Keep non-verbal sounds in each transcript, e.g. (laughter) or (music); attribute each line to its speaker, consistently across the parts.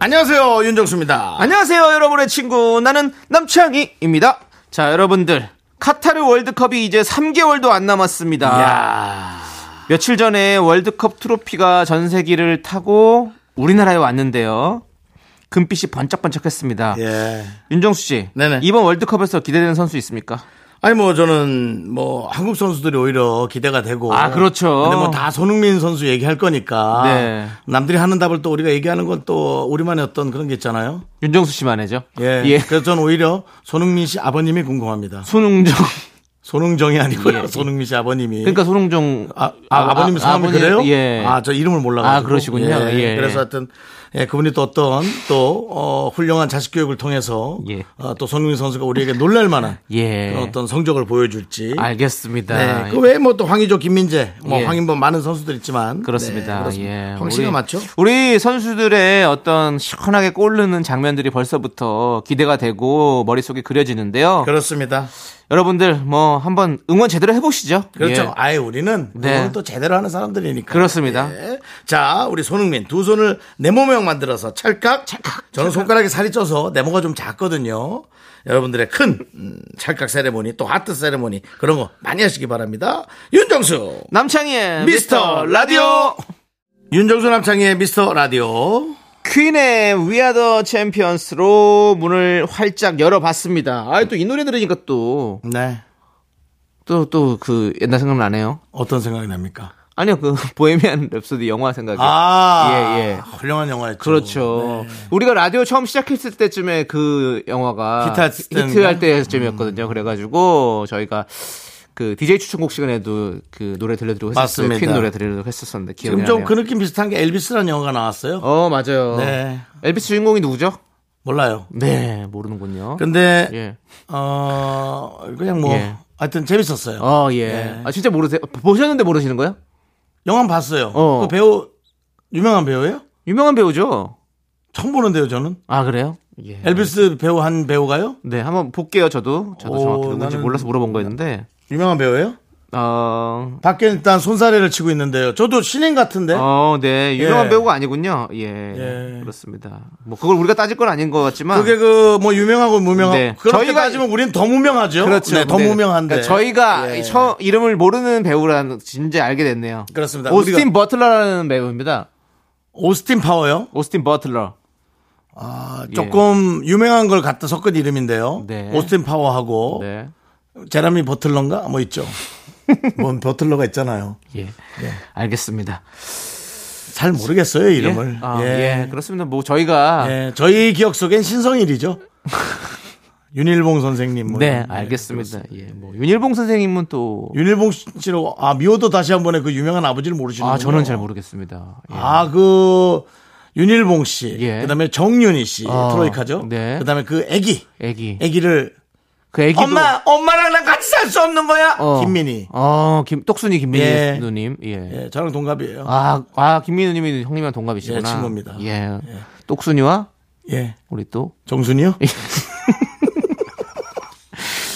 Speaker 1: 안녕하세요 윤정수입니다.
Speaker 2: 안녕하세요, 여러분의 친구. 나는 남창희입니다. 자, 여러분들. 카타르 월드컵이 이제 3개월도 안 남았습니다.
Speaker 1: 야
Speaker 2: 며칠 전에 월드컵 트로피가 전세기를 타고 우리나라에 왔는데요. 금빛이 번쩍번쩍했습니다.
Speaker 1: 예.
Speaker 2: 윤정수 씨,
Speaker 1: 네네.
Speaker 2: 이번 월드컵에서 기대되는 선수 있습니까?
Speaker 1: 아니 뭐 저는 뭐 한국 선수들이 오히려 기대가 되고
Speaker 2: 아, 그렇죠.
Speaker 1: 근데 뭐 다 손흥민 선수 얘기할 거니까
Speaker 2: 네.
Speaker 1: 남들이 하는 답을 또 우리가 얘기하는 건 또 우리만의 어떤 그런 게 있잖아요.
Speaker 2: 윤정수 씨만 해죠.
Speaker 1: 예. 그래서 저는 오히려 손흥민 씨 아버님이 궁금합니다.
Speaker 2: 손흥정.
Speaker 1: 예. 손흥정이 아니고요. 손흥민 씨 아버님이.
Speaker 2: 예. 그러니까 손흥정.
Speaker 1: 아, 아, 버님이 성함이
Speaker 2: 아버님,
Speaker 1: 그래요?
Speaker 2: 예.
Speaker 1: 아, 저 이름을 몰라가지고.
Speaker 2: 아, 그러시군요. 예.
Speaker 1: 그래서 하여튼, 예, 그분이 또 어떤, 또, 어, 훌륭한 자식 교육을 통해서,
Speaker 2: 예.
Speaker 1: 어, 또 손흥민 선수가 우리에게 놀랄 만한
Speaker 2: (laughs) 예.
Speaker 1: 그런 어떤 성적을 보여줄지.
Speaker 2: 알겠습니다.
Speaker 1: 네. 그 외에 뭐 또 황희조, 김민재, 뭐
Speaker 2: 예.
Speaker 1: 황인범 많은 선수들 있지만.
Speaker 2: 그렇습니다.
Speaker 1: 네,
Speaker 2: 예.
Speaker 1: 황씨가
Speaker 2: 우리-
Speaker 1: 맞죠?
Speaker 2: 우리 선수들의 어떤 시원하게 꼴르는 장면들이 벌써부터 기대가 되고 머릿속에 그려지는데요.
Speaker 1: 그렇습니다.
Speaker 2: 여러분들 뭐 한번 응원 제대로 해보시죠.
Speaker 1: 그렇죠.
Speaker 2: 예.
Speaker 1: 아예 우리는
Speaker 2: 네.
Speaker 1: 그거는 또 제대로 하는 사람들이니까.
Speaker 2: 그렇습니다.
Speaker 1: 예. 자, 우리 손흥민 두 손을 네모모양 만들어서 찰칵. 찰칵. 저는 손가락에 살이 쪄서 네모가 좀 작거든요. 여러분들의 큰 음, 찰칵 세레모니 또 하트 세레모니 그런 거 많이 하시기 바랍니다. 윤정수
Speaker 2: 남창희의
Speaker 1: 미스터 라디오. 윤정수 남창희의 미스터 라디오.
Speaker 2: 퀸의 We Are the Champions로 문을 활짝 열어봤습니다. 아 또 이 노래 들으니까
Speaker 1: 네.
Speaker 2: 또 또 또 그 옛날 생각나네요.
Speaker 1: 어떤 생각이 납니까?
Speaker 2: 아니요 그 (laughs) 보헤미안 랩소디 영화 생각이.
Speaker 1: 아,
Speaker 2: 예, 예.
Speaker 1: 훌륭한 영화였죠.
Speaker 2: 그렇죠.
Speaker 1: 네.
Speaker 2: 우리가 라디오 처음 시작했을 때쯤에 그 영화가
Speaker 1: 히트했을 때인가? 음.
Speaker 2: 히트할 때쯤이었거든요. 그래가지고 저희가 그 DJ 추천곡 시간에도 그 노래 들려드리고 했었어요.
Speaker 1: 맞습니다.
Speaker 2: 퀸 노래 들려드리고 했었었는데 기억이
Speaker 1: 지금
Speaker 2: 나네요.
Speaker 1: 좀 그 느낌 비슷한 게 엘비스라는 영화가 나왔어요.
Speaker 2: 어 맞아요.
Speaker 1: 네.
Speaker 2: 엘비스 주인공이 누구죠?
Speaker 1: 몰라요.
Speaker 2: 네 모르는군요.
Speaker 1: 근데
Speaker 2: 예.
Speaker 1: 어 그냥 뭐
Speaker 2: 예.
Speaker 1: 하여튼 재밌었어요.
Speaker 2: 어 예.
Speaker 1: 네.
Speaker 2: 아 진짜 모르세요? 보셨는데 모르시는 거예요?
Speaker 1: 영화 봤어요.
Speaker 2: 어.
Speaker 1: 그 배우 유명한 배우예요?
Speaker 2: 유명한 배우죠.
Speaker 1: 처음 보는데요, 저는.
Speaker 2: 아 그래요? 예.
Speaker 1: 엘비스 배우 한 배우가요?
Speaker 2: 네 한번 볼게요. 저도 저도
Speaker 1: 오,
Speaker 2: 정확히 누군지
Speaker 1: 나는-
Speaker 2: 몰라서 물어본 거였는데
Speaker 1: 유명한 배우예요?
Speaker 2: 어
Speaker 1: 밖에 일단 손사래를 치고 있는데요. 저도 신인 같은데.
Speaker 2: 어, 네. 유명한
Speaker 1: 예.
Speaker 2: 배우가 아니군요. 예.
Speaker 1: 예.
Speaker 2: 그렇습니다. 뭐 그걸 우리가 따질 건 아닌 것 같지만
Speaker 1: 그게 그 뭐 유명하고 무명하고
Speaker 2: 네.
Speaker 1: 그렇게
Speaker 2: 저희가-
Speaker 1: 따지면 우린 더 무명하죠.
Speaker 2: 그렇죠.
Speaker 1: 네, 더
Speaker 2: 근데
Speaker 1: 무명한데.
Speaker 2: 그러니까 저희가
Speaker 1: 예.
Speaker 2: 처 이름을 모르는 배우라는 진짜 알게 됐네요.
Speaker 1: 그렇습니다.
Speaker 2: 오스틴
Speaker 1: 우리가-
Speaker 2: 버틀러라는 배우입니다.
Speaker 1: 오스틴 파워요.
Speaker 2: 오스틴 버틀러.
Speaker 1: 아, 조금 유명한 걸 갖다 섞은 이름인데요.
Speaker 2: 예. 네.
Speaker 1: 오스틴 파워하고
Speaker 2: 네.
Speaker 1: 제라미 버틀러인가 뭐
Speaker 2: (laughs)
Speaker 1: 있죠. 뭔 버틀러가 있잖아요.
Speaker 2: 예. 알겠습니다.
Speaker 1: 잘 모르겠어요
Speaker 2: 예?
Speaker 1: 이름을. 예.
Speaker 2: 아, 예. 그렇습니다. 뭐 저희가
Speaker 1: 예, 저희 기억 속엔 (laughs) 신성일이죠. 윤일봉 선생님. 뭐
Speaker 2: 네,
Speaker 1: 이런.
Speaker 2: 알겠습니다. 예. 뭐 윤일봉 선생님은 또
Speaker 1: 윤일봉 씨로 아 미워도 다시 한 번에 그 유명한 아버지를 모르시는.
Speaker 2: 아, 저는 잘 모르겠습니다. 예.
Speaker 1: 아. 아그 윤일봉 씨,
Speaker 2: 예.
Speaker 1: 그다음에 정윤희 씨
Speaker 2: 어,
Speaker 1: 트로이카죠.
Speaker 2: 네.
Speaker 1: 그다음에 그 애기,
Speaker 2: 애기.
Speaker 1: 애기를
Speaker 2: 그 애기도
Speaker 1: 엄마 엄마랑 난 같이 살 수 없는 거야.
Speaker 2: 어.
Speaker 1: 김민희.
Speaker 2: 어, 김 똑순이 김민희
Speaker 1: 예.
Speaker 2: 누님. 예.
Speaker 1: 예, 저랑 동갑이에요.
Speaker 2: 아, 아 김민우님이 형님이랑 동갑이시구나.
Speaker 1: 예, 친구입니다.
Speaker 2: 예. 똑순이와
Speaker 1: 예,
Speaker 2: 우리 또
Speaker 1: 정순이요?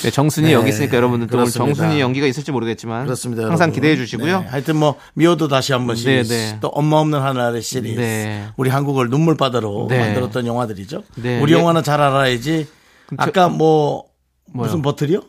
Speaker 2: 네, 정순이
Speaker 1: 네,
Speaker 2: 여기 있으니까 여러분들 또 오늘
Speaker 1: 그렇습니다.
Speaker 2: 정순이 연기가 있을지 모르겠지만
Speaker 1: 그렇습니다.
Speaker 2: 아, 항상
Speaker 1: 여러분.
Speaker 2: 기대해 주시고요.
Speaker 1: 네, 하여튼 뭐 미워도 다시 한번 시리즈,
Speaker 2: 네, 네.
Speaker 1: 또 엄마 없는 하늘의 시리즈,
Speaker 2: 네.
Speaker 1: 우리 한국을 눈물바다로
Speaker 2: 네.
Speaker 1: 만들었던 영화들이죠.
Speaker 2: 네.
Speaker 1: 우리
Speaker 2: 예.
Speaker 1: 영화는 잘 알아야지. 아까 뭐 무슨 버틀이요?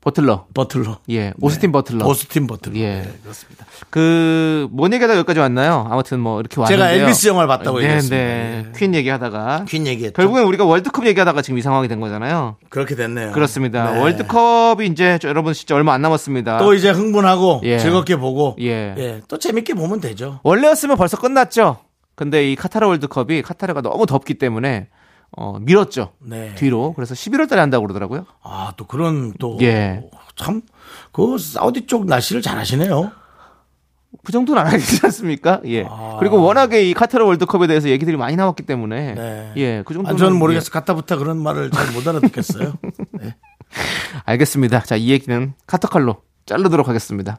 Speaker 2: 버틀러.
Speaker 1: 버틀러.
Speaker 2: 예. 오스틴
Speaker 1: 네.
Speaker 2: 버틀러.
Speaker 1: 오스틴 네, 버틀러.
Speaker 2: 예. 그렇습니다. 그, 뭔 얘기하다 여기까지 왔나요? 아무튼 뭐, 이렇게 왔는데.
Speaker 1: 제가 엘비스 영화를 봤다고
Speaker 2: 네,
Speaker 1: 얘기했습니다. 예.
Speaker 2: 네. 퀸 얘기하다가.
Speaker 1: 퀸 얘기했죠.
Speaker 2: 결국엔 우리가 월드컵 얘기하다가 지금 이 상황이 된 거잖아요.
Speaker 1: 그렇게 됐네요.
Speaker 2: 그렇습니다.
Speaker 1: 네.
Speaker 2: 월드컵이 이제, 저- 여러분 진짜 얼마 안 남았습니다.
Speaker 1: 또 이제 흥분하고
Speaker 2: 예.
Speaker 1: 즐겁게 보고
Speaker 2: 예.
Speaker 1: 예, 또 재밌게 보면 되죠.
Speaker 2: 원래였으면 벌써 끝났죠. 근데 이 카타르 월드컵이 카타르가 너무 덥기 때문에 어, 밀었죠.
Speaker 1: 네.
Speaker 2: 뒤로. 그래서 11월 달에 한다고 그러더라고요.
Speaker 1: 아, 또 그런
Speaker 2: 예.
Speaker 1: 또 참 그 사우디 쪽 날씨를 잘 하시네요.
Speaker 2: 그 정도는 안 하지 않습니까? 예.
Speaker 1: 아.
Speaker 2: 그리고 워낙에 이 카타르 월드컵에 대해서 얘기들이 많이 나왔기 때문에
Speaker 1: 네.
Speaker 2: 예, 그 정도는
Speaker 1: 아, 저는 모르겠어요. 가타부타 그런 말을 잘 못
Speaker 2: (laughs)
Speaker 1: 알아듣겠어요. 네.
Speaker 2: 예. 알겠습니다. 자, 이 얘기는 카타칼로 자르도록 하겠습니다.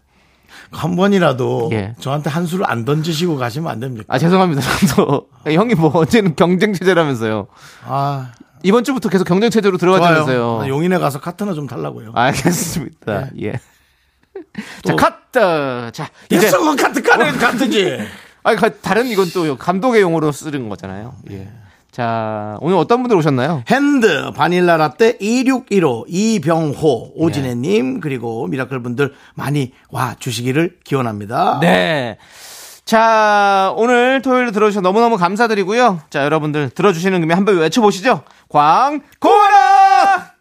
Speaker 1: 한 번이라도
Speaker 2: 예.
Speaker 1: 저한테 한 수를 안 던지시고 가시면 안 됩니까?
Speaker 2: 아, 죄송합니다. 저도 형이 뭐 언제는 경쟁 체제라면서요.
Speaker 1: 아,
Speaker 2: 이번 주부터 계속 경쟁 체제로 들어가자면서요. 아,
Speaker 1: 좋아요. 아, 예. 네. 용인에 가서 카트나 좀 달라고요.
Speaker 2: 알겠습니다. 예. 자, 카트. 자, 이제
Speaker 1: 됐어, 그 카트 카는
Speaker 2: (laughs)
Speaker 1: 카트지.
Speaker 2: 아니, 가- 다른 이건 또 감독의 용어로 쓰는 거잖아요. 예. 자, 오늘 어떤 분들 오셨나요?
Speaker 1: 핸드 바닐라 라떼 2615 이병호
Speaker 2: 예.
Speaker 1: 오진혜님 그리고 미라클 분들 많이 와 주시기를 기원합니다.
Speaker 2: 네. 자, 오늘 토요일 들어주셔서 너무너무 감사드리고요. 자, 여러분들 들어주시는 김에 한번 외쳐보시죠. 광고라!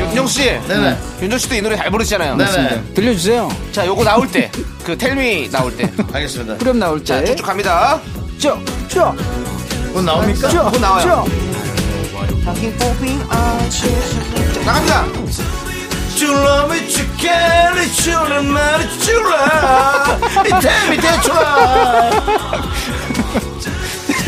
Speaker 2: 윤정씨,
Speaker 1: 네네.
Speaker 2: 윤정씨도 이 노래 잘 부르시잖아요.
Speaker 1: 네네.
Speaker 3: 들려주세요.
Speaker 2: 자, 요거 나올 때, 그 텔미 나올 때.
Speaker 1: 알겠습니다.
Speaker 3: 그럼 나올
Speaker 2: 자,
Speaker 3: 때.
Speaker 2: 쭉쭉 갑니다.
Speaker 3: 쭉, 쭉,
Speaker 1: 곧 나옵니까?
Speaker 3: 쭉,
Speaker 2: 뭐 나와요?
Speaker 3: 쭉.
Speaker 2: 자, 나갑니다.
Speaker 1: You love me, you care, you love me, you love. 이 템이 대출아.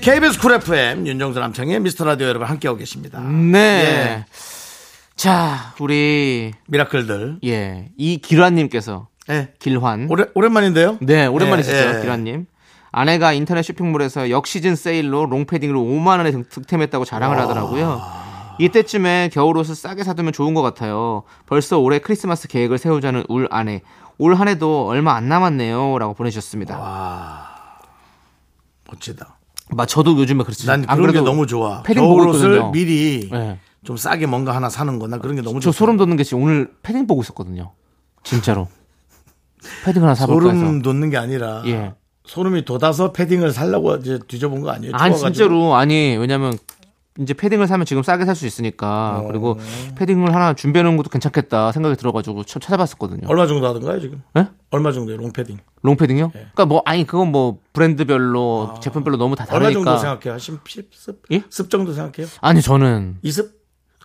Speaker 1: KBS 쿨 FM 윤정수 남창의 미스터 라디오 여러분 함께하고 계십니다. 예.
Speaker 2: 네. 자, 우리,
Speaker 1: 미라클들.
Speaker 2: 예. 이 길환님께서.
Speaker 1: 예.
Speaker 2: 길환.
Speaker 1: 오래, 오랜만인데요?
Speaker 2: 네, 오랜만이시죠,
Speaker 1: 예, 예.
Speaker 2: 기란님. 아내가 인터넷 쇼핑몰에서 역시즌 세일로 롱패딩으로 5만 원에 득- 득템했다고 자랑을 하더라고요. 이때쯤에 겨울 옷을 싸게 사두면 좋은 것 같아요. 벌써 올해 크리스마스 계획을 세우자는 울 아내. 올 한해도 얼마 안 남았네요라고 보내주셨습니다.
Speaker 1: 멋지다.
Speaker 2: 마 저도 요즘에 그렇죠.
Speaker 1: 난
Speaker 2: 안
Speaker 1: 그런 게
Speaker 2: 그래도
Speaker 1: 너무 좋아.
Speaker 2: 패딩
Speaker 1: 겨울
Speaker 2: 보고
Speaker 1: 옷을
Speaker 2: 있거든요.
Speaker 1: 미리
Speaker 2: 네.
Speaker 1: 좀 싸게 뭔가 하나 사는 거. 난 그런 게 너무
Speaker 2: 저
Speaker 1: 좋아.
Speaker 2: 소름 돋는 게 지금 오늘 패딩 보고 있었거든요.
Speaker 1: (laughs)
Speaker 2: 진짜로 패딩 하나 사볼까 해서.
Speaker 1: 소름 돋는 게 아니라
Speaker 2: 예.
Speaker 1: 소름이 돋아서 패딩을 살라고 이제 뒤져본 거 아니에요?
Speaker 2: 아니
Speaker 1: 추워가지고.
Speaker 2: 진짜로 아니 왜냐면 이제 패딩을 사면 지금 싸게 살 수
Speaker 1: 어.
Speaker 2: 있으니까 그리고 패딩을 하나 준비해 놓은 것도 괜찮겠다 생각이 들어가지고 쳐- 찾아봤었거든요.
Speaker 1: 얼마 정도 하던가요 지금?
Speaker 2: 예?
Speaker 1: 얼마 정도요 롱패딩?
Speaker 2: 롱패딩요?
Speaker 1: 예.
Speaker 2: 그러니까 뭐 아니 그건 뭐 브랜드별로 제품별로 너무 다
Speaker 1: 아. 얼마
Speaker 2: 다르니까.
Speaker 1: 정도 생각해요? 한 10, 10, 습?
Speaker 2: 예?
Speaker 1: 습 정도 생각해요?
Speaker 2: 아니 저는
Speaker 1: 20?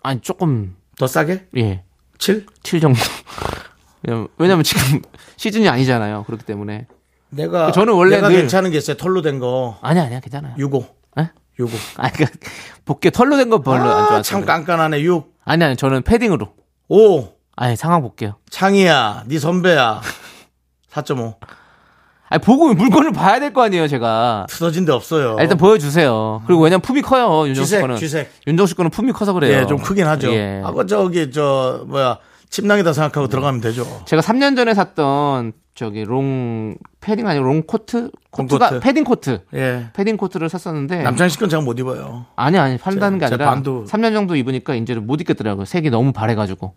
Speaker 2: 아니 조금
Speaker 1: 더 싸게?
Speaker 2: 예.
Speaker 1: 7?
Speaker 2: 7 정도. (laughs) 왜냐면- 왜냐면 지금 (laughs) 시즌이 아니잖아요. 그렇기 때문에.
Speaker 1: 내가
Speaker 2: 그 저는 원래
Speaker 1: 내가
Speaker 2: 늘-
Speaker 1: 괜찮은 게 있어요. 털로 된 거
Speaker 2: 아니 아니야. 괜찮아요.
Speaker 1: 6호.
Speaker 2: 예?
Speaker 1: 6호.
Speaker 2: 아니 그러니까 복개 털로 된 거 별로 안
Speaker 1: 아,
Speaker 2: 좋아서.
Speaker 1: 참 깐깐하네. 6.
Speaker 2: 아니 아니 저는 패딩으로.
Speaker 1: 5.
Speaker 2: 아니 상황 볼게요.
Speaker 1: 창이야. 네 선배야. 4.5.
Speaker 2: 아니 보고 물건을 봐야 될 거 아니에요, 제가.
Speaker 1: 틀어진 데 없어요.
Speaker 2: 아, 일단 보여주세요. 그리고 왜냐면 품이 커요. 윤정수
Speaker 1: 쥐색,
Speaker 2: 거는.
Speaker 1: 쥐색.
Speaker 2: 윤정수 거는 품이 커서 그래요.
Speaker 1: 예, 좀 크긴 하죠.
Speaker 2: 예. 음.
Speaker 1: 아까 뭐. 저기 저 뭐야 침낭에다 생각하고 들어가면 되죠.
Speaker 2: 제가 3년 전에 샀던 저기 롱 패딩 아니고 롱 코트 코트가
Speaker 1: 코트.
Speaker 2: 패딩 코트.
Speaker 1: 예.
Speaker 2: 패딩 코트를 샀었는데
Speaker 1: 남창희 씨건 제가 못 입어요.
Speaker 2: 아니 아니 판다는 게
Speaker 1: 제- 제
Speaker 2: 아니라
Speaker 1: 반도-
Speaker 2: 3년 정도 입으니까 이제는 못 입겠더라고요. 색이 너무 바래가지고.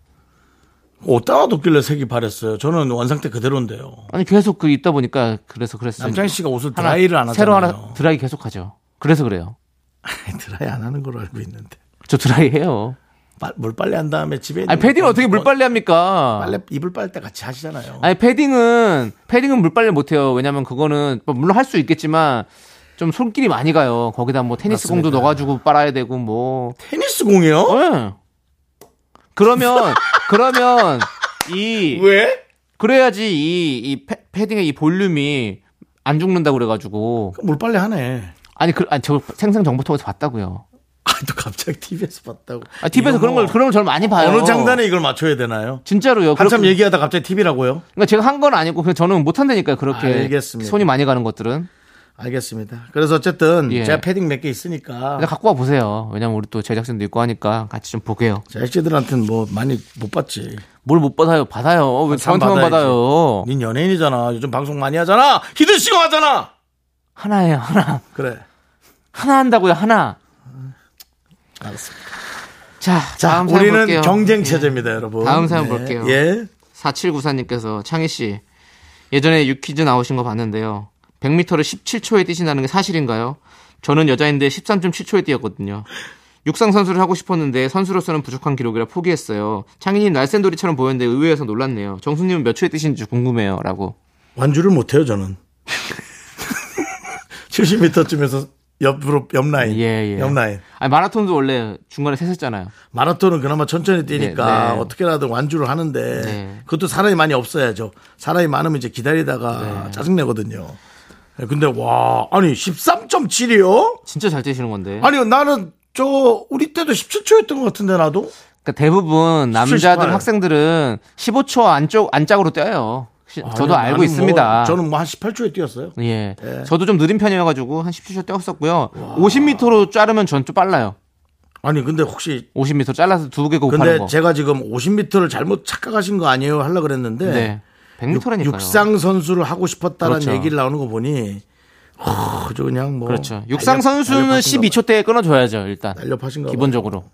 Speaker 1: 옷 따라 뒀길래 색이 바랬어요. 저는 원상태 그대로인데요.
Speaker 2: 아니 계속 그 입다 보니까 그래서 그랬어요.
Speaker 1: 남창희 씨가 옷을 드라이를 안 하잖아요.
Speaker 2: 새로 하나 드라이 계속하죠. 그래서 그래요.
Speaker 1: 드라이 안 하는 걸 알고 있는데.
Speaker 2: 저 드라이 해요.
Speaker 1: 빨- 물빨래 한 다음에 집에
Speaker 2: 아니
Speaker 1: 있는
Speaker 2: 패딩
Speaker 1: 거- 어,
Speaker 2: 어떻게 물빨래 합니까?
Speaker 1: 뭐, 빨래 이불 빨 때 같이 하시잖아요.
Speaker 2: 아니 패딩은 패딩은 물빨래 못해요. 왜냐면 그거는 뭐 물론 할 수 있겠지만 좀 손길이 많이 가요. 거기다 뭐 테니스 공도 넣어가지고 빨아야 되고 뭐.
Speaker 1: 테니스 공이요?
Speaker 2: 예. 그러면 그러면 이
Speaker 1: 왜?
Speaker 2: 그래야지 이, 이 패- 패딩의 이 볼륨이 안 죽는다 고 그래가지고
Speaker 1: 물빨래 하네.
Speaker 2: 아니 그 아니 저 생생 정보통에서 봤다고요.
Speaker 1: 아, 또 갑자기 TV에서 봤다고.
Speaker 2: 아, TV에서
Speaker 1: 이거
Speaker 2: 그런
Speaker 1: 뭐
Speaker 2: 걸 그런 걸 저를 많이 봐요.
Speaker 1: 어느 장단에 이걸 맞춰야 되나요?
Speaker 2: 진짜로요.
Speaker 1: 한참
Speaker 2: 그렇게-
Speaker 1: 얘기하다 갑자기 TV라고요?
Speaker 2: 그러니까 제가 한 건 아니고 그냥 저는 못 한다니까 요 그렇게
Speaker 1: 아, 알겠습니다.
Speaker 2: 손이 많이 가는 것들은
Speaker 1: 알겠습니다. 그래서 어쨌든
Speaker 2: 예.
Speaker 1: 제가 패딩 몇 개 있으니까
Speaker 2: 그냥 갖고 와 보세요. 왜냐면 우리 또 제작진도 있고 하니까 같이 좀 보게요.
Speaker 1: 제작진들한테는 뭐 많이 못 봤지.
Speaker 2: 뭘 못 받아요? 받아요. 왜
Speaker 1: 참
Speaker 2: 저한테만
Speaker 1: 받아야지.
Speaker 2: 받아요?
Speaker 1: 닌 연예인이잖아. 요즘 방송 많이 하잖아. 히든싱어 하잖아.
Speaker 2: 하나예요, 하나.
Speaker 1: 그래.
Speaker 2: 하나 한다고요, 하나.
Speaker 1: 알았습니다.
Speaker 2: 자,
Speaker 1: 자,
Speaker 2: 다음 사연
Speaker 1: 우리는
Speaker 2: 볼게요.
Speaker 1: 경쟁
Speaker 2: 예.
Speaker 1: 체제입니다, 여러분.
Speaker 2: 다음 사연 볼게요.
Speaker 1: 예.
Speaker 2: 4794님께서 창희 씨 예전에 유퀴즈 나오신 거 봤는데요. 100m를 17초에 뛰신다는 게 사실인가요? 저는 여자인데 13.7초에 뛰었거든요. 육상 선수를 하고 싶었는데 선수로서는 부족한 기록이라 포기했어요. 창희님 날쌘돌이처럼 보였는데 의외여서 놀랐네요. 정수님은 몇 초에 뛰신지 궁금해요.라고.
Speaker 1: 완주를 못해요, (laughs) 저는. 70m쯤에서 옆으로, 옆 라인.
Speaker 2: 예, 예.
Speaker 1: 옆 라인.
Speaker 2: 아니 마라톤도 원래 중간에 샜었잖아요.
Speaker 1: 마라톤은 그나마 천천히 뛰니까
Speaker 2: 네, 네.
Speaker 1: 어떻게라도 완주를 하는데
Speaker 2: 네.
Speaker 1: 그것도 사람이 많이 없어야죠. 사람이 많으면 이제 기다리다가
Speaker 2: 네.
Speaker 1: 짜증내거든요. 예, 근데 와, 아니 13.7이요?
Speaker 2: 진짜 잘 뛰시는 건데.
Speaker 1: 아니 나는 저 우리 때도 17초였던 것 같은데 나도
Speaker 2: 그러니까 대부분 남자들
Speaker 1: 18.
Speaker 2: 학생들은 15초 안쪽 안짝으로 뛰어요. 시- 저도
Speaker 1: 아니, 나는
Speaker 2: 알고
Speaker 1: 뭐,
Speaker 2: 있습니다.
Speaker 1: 저는 뭐 한 18초에 뛰었어요.
Speaker 2: 예. 저도 좀 느린 편이어가지고 한 17초 뛰었었고요. 50m로 자르면 전 좀 빨라요.
Speaker 1: 아니 근데 혹시
Speaker 2: 50m 잘라서 두 개 곱하는
Speaker 1: 근데
Speaker 2: 거.
Speaker 1: 제가 지금 50m를 잘못 착각하신 거 아니에요? 하려 그랬는데
Speaker 2: 네.
Speaker 1: 육-
Speaker 2: 100m라니까요.
Speaker 1: 육상 선수를 하고 싶었다는
Speaker 2: 그렇죠.
Speaker 1: 얘기를 나오는 거 보니 어, 저 그냥 뭐
Speaker 2: 그렇죠. 육상
Speaker 1: 달력-
Speaker 2: 선수는
Speaker 1: 달력하신가 봐요.
Speaker 2: 12초 대에 끊어줘야죠 일단.
Speaker 1: 날렵하신가 봐요.
Speaker 2: 기본적으로.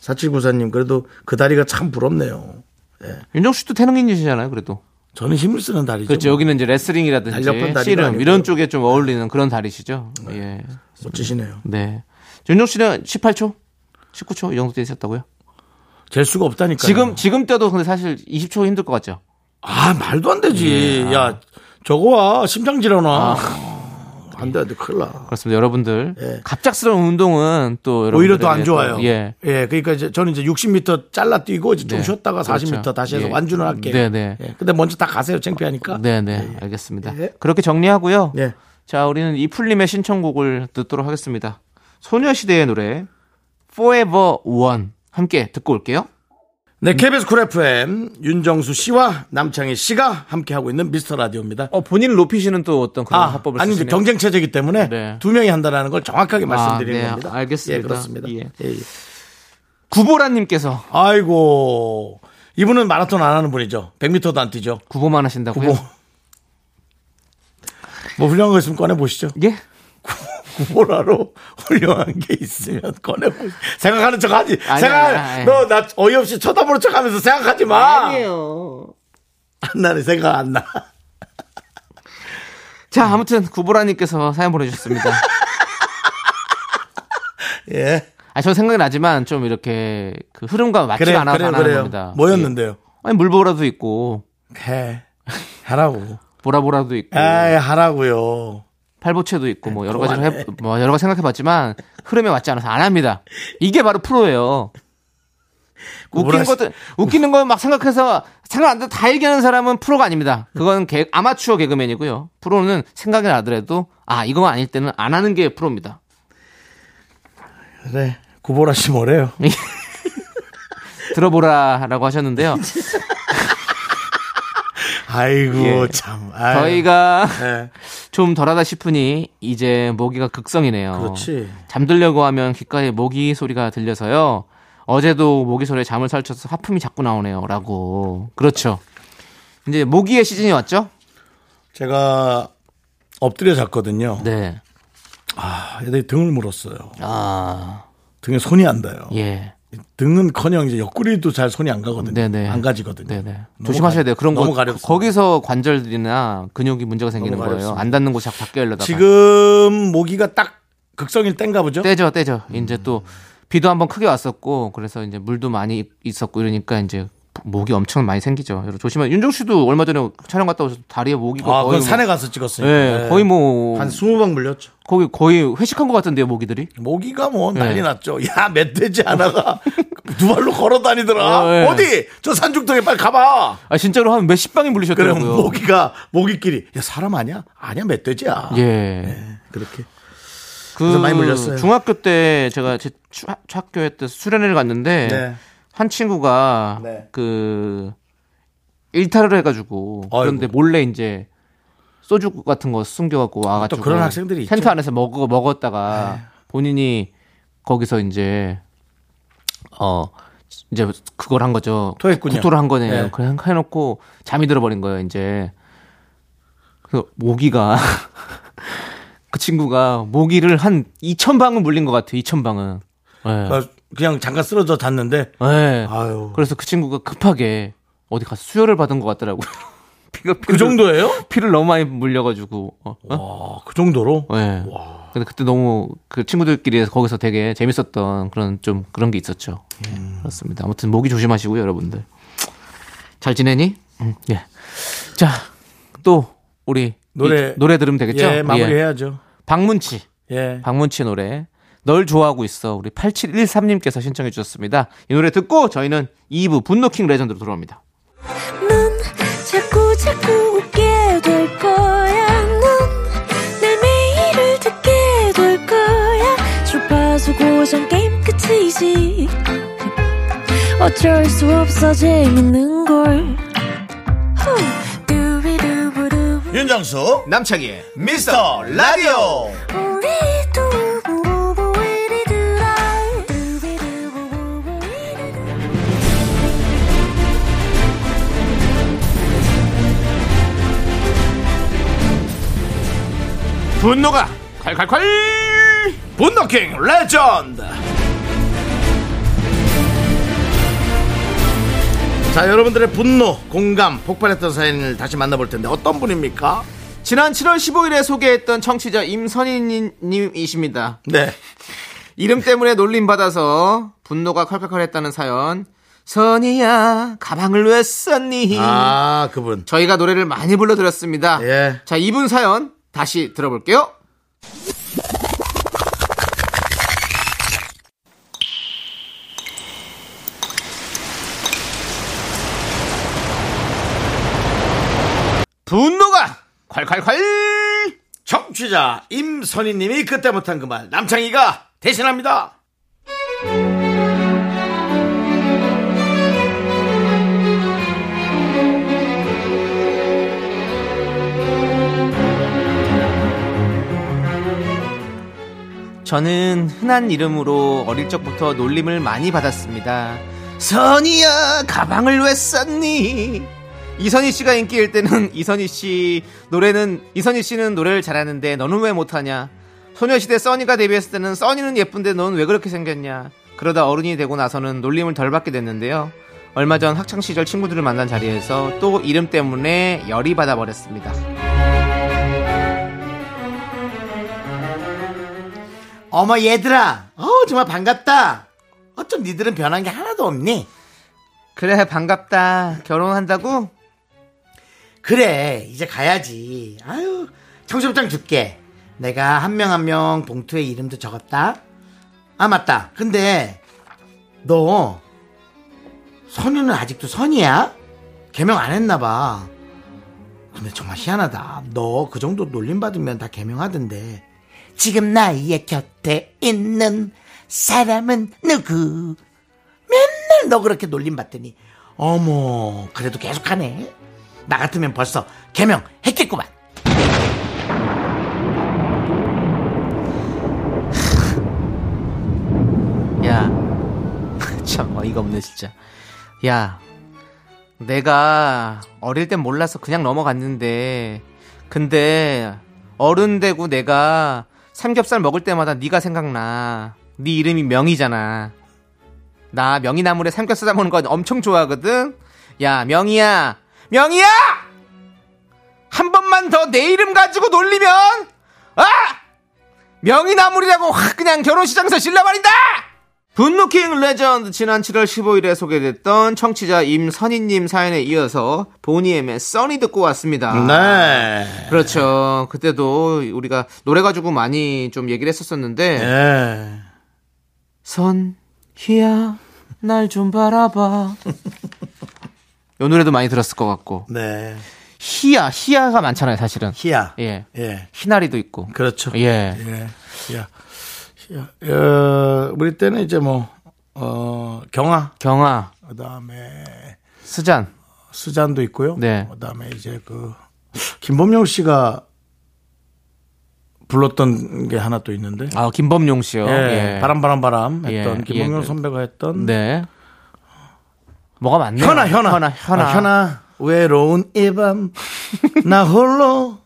Speaker 1: 사칠구사님 그래도 그 다리가 참 부럽네요.
Speaker 2: 윤정수 씨도 태능인이시잖아요, 그래도.
Speaker 1: 저는 힘을 쓰는 다리죠. 뭐
Speaker 2: 그렇죠. 여기는
Speaker 1: 날렵한 음.
Speaker 2: 이제
Speaker 1: 다리가
Speaker 2: 레슬링이라든지
Speaker 1: 아니고요. 네.
Speaker 2: 씨름 이런 쪽에 좀 어울리는 그런 다리시죠. 예.
Speaker 1: 멋지시네요.
Speaker 2: 네. 윤정수 씨는 18초, 19초 이 정도 뛰셨다고요?
Speaker 1: 잴 수가 없다니까.
Speaker 2: 지금 지금 뛰어도 근데 사실 20초 힘들 것 같죠.
Speaker 1: 아 말도 안
Speaker 2: 예.
Speaker 1: 되지. 야 저거와 심장 질환아. 안돼 안돼 큰일 나.
Speaker 2: 그렇습니다. 여러분들
Speaker 1: 예.
Speaker 2: 갑작스러운 운동은 또
Speaker 1: 오히려
Speaker 2: 여러분들에게
Speaker 1: 더 안
Speaker 2: 또-
Speaker 1: 좋아요.
Speaker 2: 예.
Speaker 1: 그러니까 이제 저는 이제 60m 잘라 뛰고 이제 좀
Speaker 2: 네.
Speaker 1: 쉬었다가
Speaker 2: 그렇죠.
Speaker 1: 40m 다시 해서
Speaker 2: 예.
Speaker 1: 완주는 할게요.
Speaker 2: 네, 네.
Speaker 1: 예. 근데 먼저 다 가세요. 창피하니까.
Speaker 2: 네, 네. 알겠습니다.
Speaker 1: 예.
Speaker 2: 그렇게 정리하고요.
Speaker 1: 예.
Speaker 2: 자, 우리는 이풀님의 신청곡을 듣도록 하겠습니다. 소녀시대의 노래 Forever One 함께 듣고 올게요.
Speaker 1: 네, KBS 쿨 FM 윤정수 씨와 남창희 씨가 함께하고 있는 미스터 라디오입니다.
Speaker 2: 어, 본인을 높이시는 또 어떤 그런
Speaker 1: 아,
Speaker 2: 화법을
Speaker 1: 아니 이제
Speaker 2: 쓰시네요.
Speaker 1: 경쟁 체제이기 때문에
Speaker 2: 네.
Speaker 1: 두 명이 한다라는 걸 정확하게 말씀드리는
Speaker 2: 네.
Speaker 1: 겁니다.
Speaker 2: 알겠습니다.
Speaker 1: 예, 그렇습니다.
Speaker 2: 예.
Speaker 1: 예, 예.
Speaker 2: 구보라 님께서
Speaker 1: 아이고. 이분은 마라톤 안 하는 분이죠. 100m도 안 뛰죠.
Speaker 2: 구보만 하신다고요?
Speaker 1: 구보. 뭐 훌륭한 거 있으면 꺼내 보시죠.
Speaker 2: 예?
Speaker 1: 구보라로 (laughs) 훌륭한 게 있으면 꺼내 보시. 생각하는 척하지.
Speaker 2: 아니, 아니,
Speaker 1: 생각
Speaker 2: 아니.
Speaker 1: 너 나 어이없이 쳐다보는 척하면서 생각하지 마.
Speaker 2: 아니에요.
Speaker 1: 안 나네 생각 안 나. (laughs)
Speaker 2: 자, 아무튼 구보라 님께서 사연 보내
Speaker 1: (laughs)
Speaker 2: 주셨습니다.
Speaker 1: 예.
Speaker 2: 아, 전 생각이 나지만 좀 이렇게 그 흐름과 맞지가
Speaker 1: 그래요.
Speaker 2: 않아서
Speaker 1: 그래요.
Speaker 2: 안 하는
Speaker 1: 그래요.
Speaker 2: 겁니다.
Speaker 1: 뭐였는데요?
Speaker 2: 예. 아니, 물보라도 있고
Speaker 1: 해.
Speaker 2: (laughs)
Speaker 1: 하라고.
Speaker 2: 보라보라도 있고
Speaker 1: 에이, 하라고요.
Speaker 2: 팔보채도 있고 뭐 여러 가지를
Speaker 1: 아, 그만해.
Speaker 2: 해, 뭐 여러 가지 생각해봤지만 흐름에 맞지 않아서 안 합니다. 이게 바로 프로예요. 웃긴
Speaker 1: 구분하시-
Speaker 2: 것도 웃기는 거 막 생각해서 생각 안 돼 다 얘기하는 사람은 프로가 아닙니다. 그건 개, 아마추어 개그맨이고요. 프로는 생각이 나더라도 아 이거 아닐 때는 안 하는 게 프로입니다.
Speaker 1: 그래. 구보라 씨 뭐래요?
Speaker 2: 들어보라라고 하셨는데요.
Speaker 1: 아이고
Speaker 2: 예.
Speaker 1: 참. 아유.
Speaker 2: 저희가
Speaker 1: 예.
Speaker 2: 좀 덜하다 싶으니 이제 모기가 극성이네요.
Speaker 1: 그렇지.
Speaker 2: 잠들려고 하면 귓가에 모기 소리가 들려서요. 어제도 모기 소리에 잠을 설쳐서 하품이 자꾸 나오네요라고. 그렇죠. 이제 모기의 시즌이 왔죠?
Speaker 1: 제가 엎드려 잤거든요.
Speaker 2: 네.
Speaker 1: 아, 애들이 등을 물었어요.
Speaker 2: 아,
Speaker 1: 등에 손이 안 닿아요.
Speaker 2: 예.
Speaker 1: 등은커녕 이제 옆구리도 잘 손이 안 가거든요.
Speaker 2: 네네.
Speaker 1: 안 가지거든요.
Speaker 2: 네네.
Speaker 1: 너무
Speaker 2: 조심하셔야
Speaker 1: 가-
Speaker 2: 돼요. 그런
Speaker 1: 너무
Speaker 2: 거
Speaker 1: 가렵습니다.
Speaker 2: 거기서 관절들이나 근육이 문제가 생기는
Speaker 1: 너무
Speaker 2: 거예요.
Speaker 1: 가렵습니다.
Speaker 2: 안 닿는 곳이 자꾸 열려다가.
Speaker 1: 지금 모기가 딱 극성일 땐가 보죠. 음.
Speaker 2: 떼죠, 떼죠. 이제 또 비도 한번 크게 왔었고 그래서 이제 물도 많이 있었고 이러니까 이제 목이 엄청 많이 생기죠. 여러분 조심해. 윤종 씨도 얼마 전에 촬영 갔다 오셔서 다리에 모기가
Speaker 1: 아,
Speaker 2: 거의
Speaker 1: 그건
Speaker 2: 뭐-
Speaker 1: 산에 가서 찍었으니까.
Speaker 2: 예,
Speaker 1: 예.
Speaker 2: 거의 뭐
Speaker 1: 한 20방 물렸죠.
Speaker 2: 거기 거의 회식한 것 같은데요, 모기들이.
Speaker 1: 모기가 뭐 난리
Speaker 2: 예.
Speaker 1: 났죠. 야, 멧돼지 하나가 (laughs) 두 발로 걸어 다니더라.
Speaker 2: 어, 예.
Speaker 1: 어디? 저 산중턱에 빨리 가봐.
Speaker 2: 아 진짜로 한 몇십 방이
Speaker 1: 그럼
Speaker 2: 물리셨더라고요.
Speaker 1: 모기가 모기끼리 야 사람 아니야? 아니야 멧돼지야.
Speaker 2: 예.
Speaker 1: 그렇게.
Speaker 2: 그
Speaker 1: 많이 물렸어요.
Speaker 2: 중학교 때 제가 제 추- 학교에 때 수련회를 갔는데
Speaker 1: 네.
Speaker 2: 한 친구가
Speaker 1: 네.
Speaker 2: 그 일탈을 해가지고 그런데
Speaker 1: 아이고.
Speaker 2: 몰래 이제 소주 같은 거 숨겨갖고 와가지고
Speaker 1: 또 그런 학생들이
Speaker 2: 텐트
Speaker 1: 있죠. 네.
Speaker 2: 안에서 먹어 먹었다가 본인이 거기서 이제 어 이제 그걸 한 거죠.
Speaker 1: 토했군요.
Speaker 2: 구토를 한 거네요.
Speaker 1: 네.
Speaker 2: 그냥 해놓고 잠이 들어버린 거예요. 이제 그 모기가 (laughs) 그 친구가 모기를 한2 0 0 0 방은 물린 것 같아요. 2 0 0 0 방은 네.
Speaker 1: 그러니까 그냥 잠깐 쓰러져 잤는데
Speaker 2: 네.
Speaker 1: 아유.
Speaker 2: 그래서 그 친구가 급하게 어디 가서 수혈을 받은 것 같더라고요. (laughs) 피가
Speaker 1: 그 정도예요?
Speaker 2: 피를 너무 많이 물려가지고. 어? 어?
Speaker 1: 와, 그 정도로?
Speaker 2: 네. 근데 그때 너무 그 친구들끼리 거기서 되게 재밌었던 그런 좀 그런 게 있었죠. 예,
Speaker 1: 음.
Speaker 2: 그렇습니다. 아무튼 모기 조심하시고요, 여러분들. 잘 지내니? 음, 예. 자, 또 우리
Speaker 1: 노래-
Speaker 2: 이- 노래 들으면 되겠죠?
Speaker 1: 예, 마무리해야죠.
Speaker 2: 박문치.
Speaker 1: 예.
Speaker 2: 박문치 노래 널 좋아하고 있어 우리 8713님께서 신청해 주셨습니다. 이 노래 듣고 저희는 2부 분노킹 레전드로 돌아옵니다.
Speaker 3: 넌 자꾸 자꾸 웃게 될 거야. 넌내 매일을 듣게 될 거야. 주파수 고정 게임 끝이지. 어쩔 수 없어 재밌는 걸. 후. 두비두부두.
Speaker 4: 윤정수 남창희의 미스터 라디오
Speaker 3: 우리 두부부부 우리 두라. 두비두부부부 우리 두라.
Speaker 4: 분노가 콸콸콸 분노킹 레전드
Speaker 1: 자, 여러분들의 분노, 공감, 폭발했던 사연을 다시 만나볼 텐데 어떤 분입니까?
Speaker 2: 지난 7월 15일에 소개했던 청취자 임선희님이십니다.
Speaker 1: 네.
Speaker 2: 이름 때문에 놀림 받아서 분노가 칼칼칼했다는 사연. 선희야 가방을 왜 썼니?
Speaker 1: 아, 그분.
Speaker 2: 저희가 노래를 많이 불러드렸습니다.
Speaker 1: 예.
Speaker 2: 자, 이분 사연 다시 들어볼게요. 분노가 콸콸콸!
Speaker 1: 청취자 임선희 님이 그때 못한 그 말, 남창희가 대신합니다.
Speaker 2: 저는 흔한 이름으로 어릴 적부터 놀림을 많이 받았습니다. 선이야, 가방을 왜 썼니? 이선희 씨가 인기일 때는 (laughs) 이선희 씨 노래는 이선희 씨는 노래를 잘하는데 너는 왜 못하냐? 소녀시대 써니가 데뷔했을 때는 써니는 예쁜데 넌 왜 그렇게 생겼냐? 그러다 어른이 되고 나서는 놀림을 덜 받게 됐는데요. 얼마 전 학창 시절 친구들을 만난 자리에서 또 이름 때문에 열이 받아 버렸습니다.
Speaker 1: 어머 얘들아, 어우 정말 반갑다. 어쩜 니들은 변한 게 하나도 없니?
Speaker 2: 그래 반갑다. 결혼한다고?
Speaker 1: 그래 이제 가야지 아유 청첩장 줄게 내가 한 명 한 명 봉투에 이름도 적었다 아 맞다 근데 너 선우는 아직도 선이야? 개명 안 했나봐 근데 정말 희한하다 너 그 정도 놀림받으면 다 개명하던데 지금 나의 곁에 있는 사람은 누구 맨날 너 그렇게 놀림받더니 어머 그래도 계속하네 나 같으면 벌써 개명했겠구만
Speaker 2: 야, (laughs) 참 어이가 없네 진짜. 야, 내가 어릴 땐 몰라서 그냥 넘어갔는데, 근데 어른 되고 내가 삼겹살 먹을 때마다 네가 생각나. 네 이름이 명이잖아. 나 명이나물에 삼겹살 담그는 거 엄청 좋아하거든. 야, 명이야, 명이야! 한 번만 더 내 이름 가지고 놀리면 아! 명이나물이라고 확 그냥 결혼시장에서 질러버린다! 분노킹 레전드 지난 7월 15일에 소개됐던 청취자 임선희님 사연에 이어서 보니엠의 써니 듣고 왔습니다.
Speaker 1: 네.
Speaker 2: 그렇죠. 그때도 우리가 노래 가지고 많이 좀 얘기를 했었었는데
Speaker 1: 예.
Speaker 2: 선희야 날 좀 바라봐. 이 노래도 많이 들었을 것 같고
Speaker 1: 네.
Speaker 2: 희야 희야가 많잖아요 사실은.
Speaker 1: 희야.
Speaker 2: 예.
Speaker 1: 예.
Speaker 2: 희나리도 있고.
Speaker 1: 그렇죠.
Speaker 2: 예.
Speaker 1: 예. 희야. 희야. 어, 우리 때는 이제 뭐, 어, 경화,
Speaker 2: 경아
Speaker 1: 그 다음에
Speaker 2: 수잔.
Speaker 1: 수잔도 있고요.
Speaker 2: 네.
Speaker 1: 그 다음에 이제 그, 김범용 씨가 불렀던 게 하나 또 있는데.
Speaker 2: 아 김범용 씨요.
Speaker 1: 예.
Speaker 2: 예.
Speaker 1: 바람, 바람, 바람 했던
Speaker 2: 예,
Speaker 1: 김범용
Speaker 2: 예.
Speaker 1: 선배가 했던.
Speaker 2: 네. 뭐가 많네요.
Speaker 1: 현아, 현아.
Speaker 2: 현아, 현아. (laughs)
Speaker 1: 아, 현아. 외로운 이 밤, 나 홀로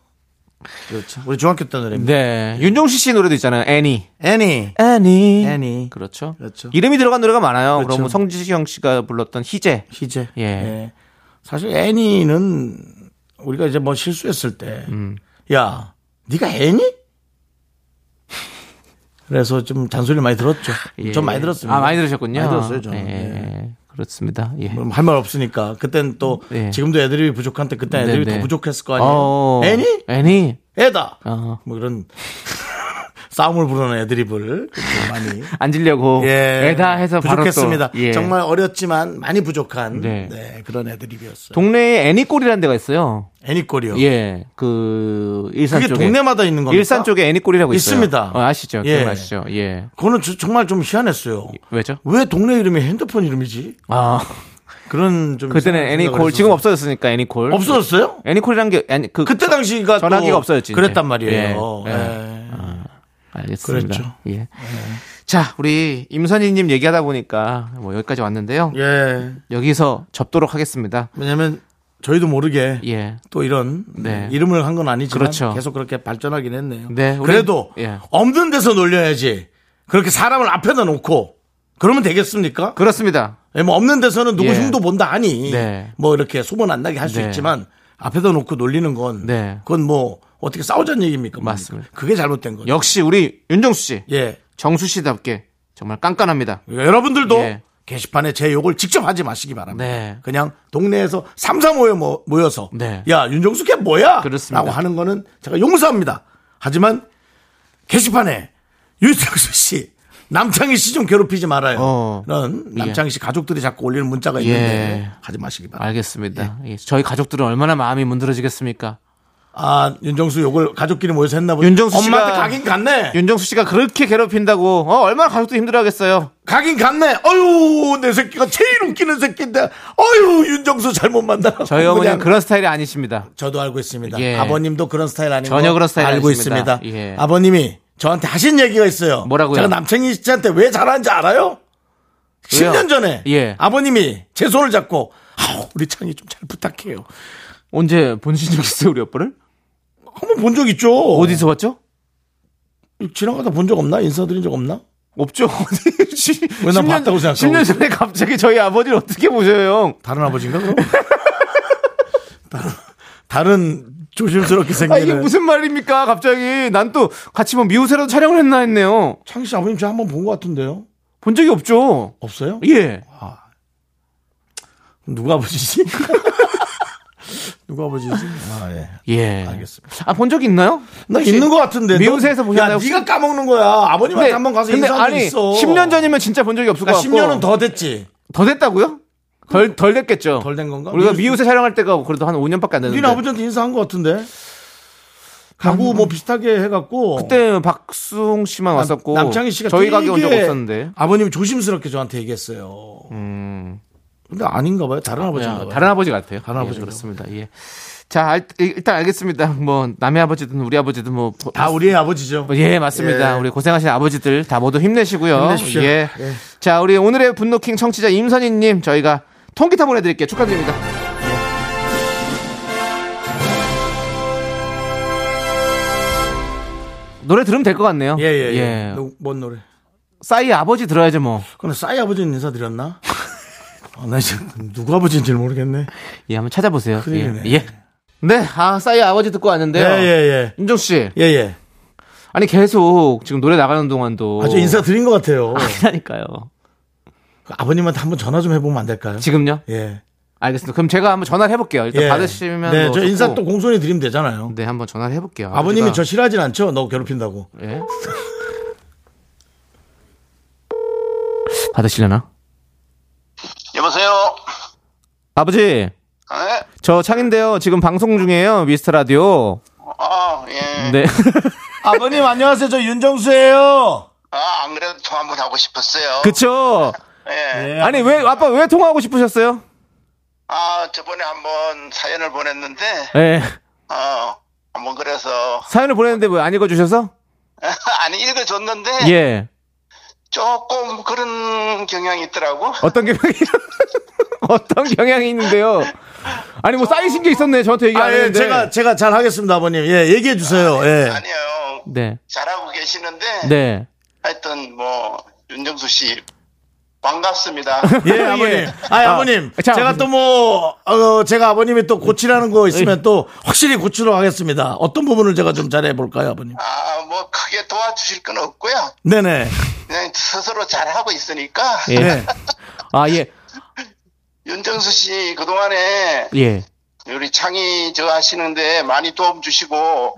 Speaker 1: 그렇죠. 우리 중학교 때 노래입니다.
Speaker 2: 네. 윤종신 씨 노래도 있잖아요. 애니.
Speaker 1: 애니.
Speaker 2: 애니.
Speaker 1: 애니.
Speaker 2: 그렇죠.
Speaker 1: 그렇죠.
Speaker 2: 이름이 들어간 노래가 많아요.
Speaker 1: 그렇죠.
Speaker 2: 그럼 뭐 성지경 씨가 불렀던 희재.
Speaker 1: 희재.
Speaker 2: 예.
Speaker 1: 예. 사실 애니는 우리가 이제 뭐 실수했을 때,
Speaker 2: 음.
Speaker 1: 야, 네가 애니? 그래서 좀 잔소리를 많이 들었죠.
Speaker 2: (laughs) 예.
Speaker 1: 좀 많이 들었습니다.
Speaker 2: 아, 많이 들으셨군요.
Speaker 1: 많이 들었어요, 저는.
Speaker 2: 예,
Speaker 1: 예.
Speaker 2: 예. 그렇습니다. 예.
Speaker 1: 할 말 없으니까. 그땐 또,
Speaker 2: 네.
Speaker 1: 지금도 애드립이 부족한데, 그때 애드립이
Speaker 2: 네, 네.
Speaker 1: 더 부족했을 거 아니에요?
Speaker 2: 어,
Speaker 1: 애니?
Speaker 2: 애니.
Speaker 1: 애다!
Speaker 2: 어.
Speaker 1: 뭐 이런 (laughs) 싸움을 부르는 애드립을 그렇게 많이.
Speaker 2: 앉으려고 어, 예, 애다 해서 바로
Speaker 1: 예. 부족했습니다.
Speaker 2: 또, 예.
Speaker 1: 정말 어렸지만 많이 부족한
Speaker 2: 네.
Speaker 1: 네, 그런 애드립이었어요.
Speaker 2: 동네에 애니꼴이라는 데가 있어요.
Speaker 1: 애니꼴이요.
Speaker 2: 예. 그 일산
Speaker 1: 그게
Speaker 2: 쪽에
Speaker 1: 동네마다 있는 겁니까?
Speaker 2: 일산 쪽에 애니꼴이라고 있어요.
Speaker 1: 있습니다.
Speaker 2: 어, 아시죠?
Speaker 1: 예.
Speaker 2: 기억나시죠? 예.
Speaker 1: 그거는 저- 정말 좀 희한했어요.
Speaker 2: 왜죠?
Speaker 1: 왜 동네 이름이 핸드폰 이름이지?
Speaker 2: 아,
Speaker 1: 그런 좀
Speaker 2: 그때는
Speaker 1: 이상한 생각을
Speaker 2: 애니콜 지금
Speaker 1: 했었어요.
Speaker 2: 없어졌으니까 애니콜.
Speaker 1: 없어졌어요?
Speaker 2: 애니콜이란 게 아니 그
Speaker 1: 그때 당시가 또
Speaker 2: 전화기가 없어졌지. 이제.
Speaker 1: 그랬단 말이에요.
Speaker 2: 예,
Speaker 1: 예.
Speaker 2: 예. 알겠습니다.
Speaker 1: 그랬죠. 네.
Speaker 2: 예. 자, 우리 임선희님 얘기하다 보니까 뭐 여기까지 왔는데요.
Speaker 1: 예.
Speaker 2: 여기서 접도록 하겠습니다.
Speaker 1: 왜냐면 저희도 모르게
Speaker 2: 예.
Speaker 1: 또 이런
Speaker 2: 네.
Speaker 1: 이름을 한 건 아니지만
Speaker 2: 그렇죠.
Speaker 1: 계속 그렇게 발전하긴 했네요.
Speaker 2: 네, 우리-
Speaker 1: 그래도
Speaker 2: 예.
Speaker 1: 없는 데서 놀려야지. 그렇게 사람을 앞에다 놓고 그러면 되겠습니까?
Speaker 2: 그렇습니다.
Speaker 1: 예, 뭐 없는 데서는 누구
Speaker 2: 예.
Speaker 1: 흉도 본다 하니
Speaker 2: 네.
Speaker 1: 뭐 이렇게 소문 안 나게 할 수
Speaker 2: 네.
Speaker 1: 있지만 앞에다 놓고 놀리는 건
Speaker 2: 네.
Speaker 1: 그건 뭐 어떻게 싸우자는 얘기입니까?
Speaker 2: 맞습니다.
Speaker 1: 그게 잘못된 거죠.
Speaker 2: 역시 우리 윤정수 씨,
Speaker 1: 예.
Speaker 2: 정수 씨답게 정말 깐깐합니다.
Speaker 1: 여러분들도
Speaker 2: 예.
Speaker 1: 게시판에 제 욕을 직접 하지 마시기 바랍니다.
Speaker 2: 네.
Speaker 1: 그냥 동네에서 삼삼 모여 모- 모여서
Speaker 2: 네.
Speaker 1: 야 윤정수 걔 뭐야?
Speaker 2: 그렇습니다.
Speaker 1: 라고 하는 거는 제가 용서합니다. 하지만 게시판에 윤정수 씨 남창희 씨 좀 괴롭히지 말아요.
Speaker 2: 어.
Speaker 1: 그런 남창희 씨 가족들이 자꾸 올리는 문자가 있는데
Speaker 2: 예.
Speaker 1: 하지 마시기 바랍니다.
Speaker 2: 알겠습니다. 예, 저희 가족들은 얼마나 마음이 문드러지겠습니까?
Speaker 1: 아 윤정수 욕을 가족끼리 모여서 했나 보네.
Speaker 2: 윤정수 씨가-
Speaker 1: 엄마한테 가긴 갔네.
Speaker 2: 윤정수 씨가 그렇게 괴롭힌다고 어, 얼마나 가족들이 힘들어하겠어요.
Speaker 1: 가긴 갔네. 어유 내 새끼가 제일 웃기는 새끼인데. 어유 윤정수 잘못 만나.
Speaker 2: 저희 어머니는 그런 스타일이 아니십니다.
Speaker 1: 저도 알고 있습니다.
Speaker 2: 예.
Speaker 1: 아버님도 그런 스타일 아니고
Speaker 2: 전혀 그런 스타일
Speaker 1: 알고
Speaker 2: 아니십니다.
Speaker 1: 있습니다.
Speaker 2: 예.
Speaker 1: 아버님이 저한테 하신 얘기가 있어요.
Speaker 2: 뭐라고요?
Speaker 1: 제가 남창희 씨한테 왜 잘하는지 알아요? 10년 전에
Speaker 2: 예.
Speaker 1: 아버님이 제 손을 잡고 아우 우리 창이 좀 잘 부탁해요.
Speaker 2: 언제 본신 적 있어요, 우리 아빠를?
Speaker 1: 한번 본 적 있죠?
Speaker 2: 어디서 봤죠?
Speaker 1: 지나가다 본 적 없나? 인사드린 적 없나?
Speaker 2: 없죠. (laughs)
Speaker 1: 왜난 봤다고 생각하고
Speaker 2: 10년 전에 갑자기 저희 아버지를 어떻게 보셔요, 형?
Speaker 1: 다른 아버지인가 (laughs) 그럼? 다른 다른 조심스럽게
Speaker 2: 아, 이게
Speaker 1: 생기는
Speaker 2: 무슨 말입니까, 갑자기. 난 또 같이 뭐 미우새라도 촬영을 했나 했네요.
Speaker 1: 창희 씨 아버님 제가 한번 본 것 같은데요?
Speaker 2: 본 적이 없죠.
Speaker 1: 없어요?
Speaker 2: 예.
Speaker 1: 누가
Speaker 2: (laughs)
Speaker 1: 아버지지? 누가 아버지지? 아 예.
Speaker 2: 예.
Speaker 1: 알겠습니다.
Speaker 2: 아, 본 적이 있나요?
Speaker 1: 나 있는 것 같은데.
Speaker 2: 미우새에서
Speaker 1: 너-
Speaker 2: 보셨나요,
Speaker 1: 야,
Speaker 2: 혹시? 네.
Speaker 1: 네가 까먹는 거야. 아버님한테 한번 가서
Speaker 2: 근데
Speaker 1: 인사한 적
Speaker 2: 아니,
Speaker 1: 있어.
Speaker 2: 10년 전이면 진짜 본 적이 없을 것
Speaker 1: 그러니까
Speaker 2: 같고.
Speaker 1: 10년은 더 됐지.
Speaker 2: 더 됐다고요? 덜, 덜 됐겠죠.
Speaker 1: 덜 된 건가?
Speaker 2: 우리가
Speaker 1: 미우새-
Speaker 2: 미우새 촬영할 때가 그래도 한 5년밖에 안 됐는데.
Speaker 1: 니네 아버지한테 인사한 것 같은데. 가구 뭐 비슷하게 해갖고.
Speaker 2: 그때 박수홍 씨만 왔었고.
Speaker 1: 남창희 씨가
Speaker 2: 저희 가게 온 적
Speaker 1: 되게
Speaker 2: 없었는데. 음.
Speaker 1: 아버님이 조심스럽게 저한테 얘기했어요. 근데 아닌가 봐요. 다른 아버지인가
Speaker 2: 야,
Speaker 1: 봐요.
Speaker 2: 다른 아버지 같아요.
Speaker 1: 다른
Speaker 2: 예,
Speaker 1: 아버지인가요?
Speaker 2: 그렇습니다. 예. 자, 알- 일단 알겠습니다. 뭐 남의 아버지든 우리 아버지든 뭐 보-
Speaker 1: 다 우리의 아버지죠.
Speaker 2: 뭐, 예, 맞습니다.
Speaker 1: 예.
Speaker 2: 우리 고생하신 아버지들 다 모두 힘내시고요.
Speaker 1: 힘내십시오.
Speaker 2: 예.
Speaker 1: 예.
Speaker 2: 자, 우리 오늘의 분노킹 청취자 임선희 님 저희가 통기타 보내 드릴게요. 축하드립니다. 노래 들으면 될 것 같네요.
Speaker 1: 예, 예, 예. 너- 뭔 노래?
Speaker 2: 싸이 아버지 들어야죠, 뭐.
Speaker 1: 근데 싸이 아버지는
Speaker 2: (laughs)
Speaker 1: 인사드렸나? 아, 나 지금 누구 아버지인지 모르겠네.
Speaker 2: 예, 한번 찾아보세요. 예.
Speaker 1: 큰일이네.
Speaker 2: 예. 네, 아, 싸이 아버지 듣고
Speaker 1: 예,
Speaker 2: 왔는데요.
Speaker 1: 예, 예.
Speaker 2: 윤정 씨.
Speaker 1: 예, 예.
Speaker 2: 아니 계속 지금 노래 나가는 동안도
Speaker 1: 아주
Speaker 2: (laughs)
Speaker 1: 인사드린 것 같아요.
Speaker 2: 하니까요.
Speaker 1: 그 아버님한테 한번 전화 좀 해보면 안 될까요?
Speaker 2: 지금요?
Speaker 1: 예.
Speaker 2: 알겠습니다. 그럼 제가 한번 전화를 해볼게요. 일단
Speaker 1: 예.
Speaker 2: 받으시면
Speaker 1: 네,
Speaker 2: 뭐
Speaker 1: 저
Speaker 2: 좋고.
Speaker 1: 인사 또 공손히 드리면 되잖아요.
Speaker 2: 네, 한번 전화를 해볼게요.
Speaker 1: 아버님이 저
Speaker 2: 아버지가-
Speaker 1: 싫어하진 않죠? 너 괴롭힌다고.
Speaker 2: 예. 받으시려나?
Speaker 5: 여보세요.
Speaker 2: 아버지,
Speaker 5: 네.
Speaker 2: 저 창인데요. 지금 방송 중이에요. 미스터 라디오.
Speaker 5: 아 예.
Speaker 2: 네. (laughs)
Speaker 1: 아버님 안녕하세요. 저 윤정수예요.
Speaker 5: 아 안 그래도 통화 한번 하고 싶었어요.
Speaker 2: 그쵸? 네.
Speaker 5: 예.
Speaker 2: 아니 왜 아빠 왜 통화하고 싶으셨어요?
Speaker 5: 아 저번에 한번 사연을 보냈는데
Speaker 2: 예.
Speaker 5: 어 한번 그래서 (laughs)
Speaker 2: 사연을 보냈는데 왜 안 읽어주셔서?
Speaker 5: 아니 읽어줬는데
Speaker 2: 예.
Speaker 5: 조금 그런 경향이 있더라고.
Speaker 2: (laughs) 어떤 경향이 어떤 경향이 있는데요. 아니 뭐 쌓이신 게 있었네 저한테 얘기 안
Speaker 1: 아, 예,
Speaker 2: 했는데.
Speaker 1: 제가, 제가 잘 하겠습니다, 아버님. 예, 얘기해 주세요. 예.
Speaker 5: 아니에요.
Speaker 2: 네.
Speaker 5: 잘하고 계시는데
Speaker 2: 네.
Speaker 5: 하여튼 뭐 윤정수 씨
Speaker 2: (laughs)
Speaker 5: 반갑습니다.
Speaker 1: 예, 아버님. 아, 아버님.
Speaker 2: 자,
Speaker 1: 제가 또 뭐, 어, 제가 아버님이 또 고치라는 거 있으면 또 확실히 고치러 가겠습니다. 어떤 부분을 제가 좀 잘해 볼까요, 아버님?
Speaker 5: 아 뭐 크게 도와주실 건 없고요.
Speaker 1: 네네.
Speaker 5: 그냥 스스로 잘하고 있으니까
Speaker 2: 예. 아 예.
Speaker 5: 윤정수 씨 그동안에
Speaker 2: 예.
Speaker 5: 우리 창의 저 하시는데 많이 도움 주시고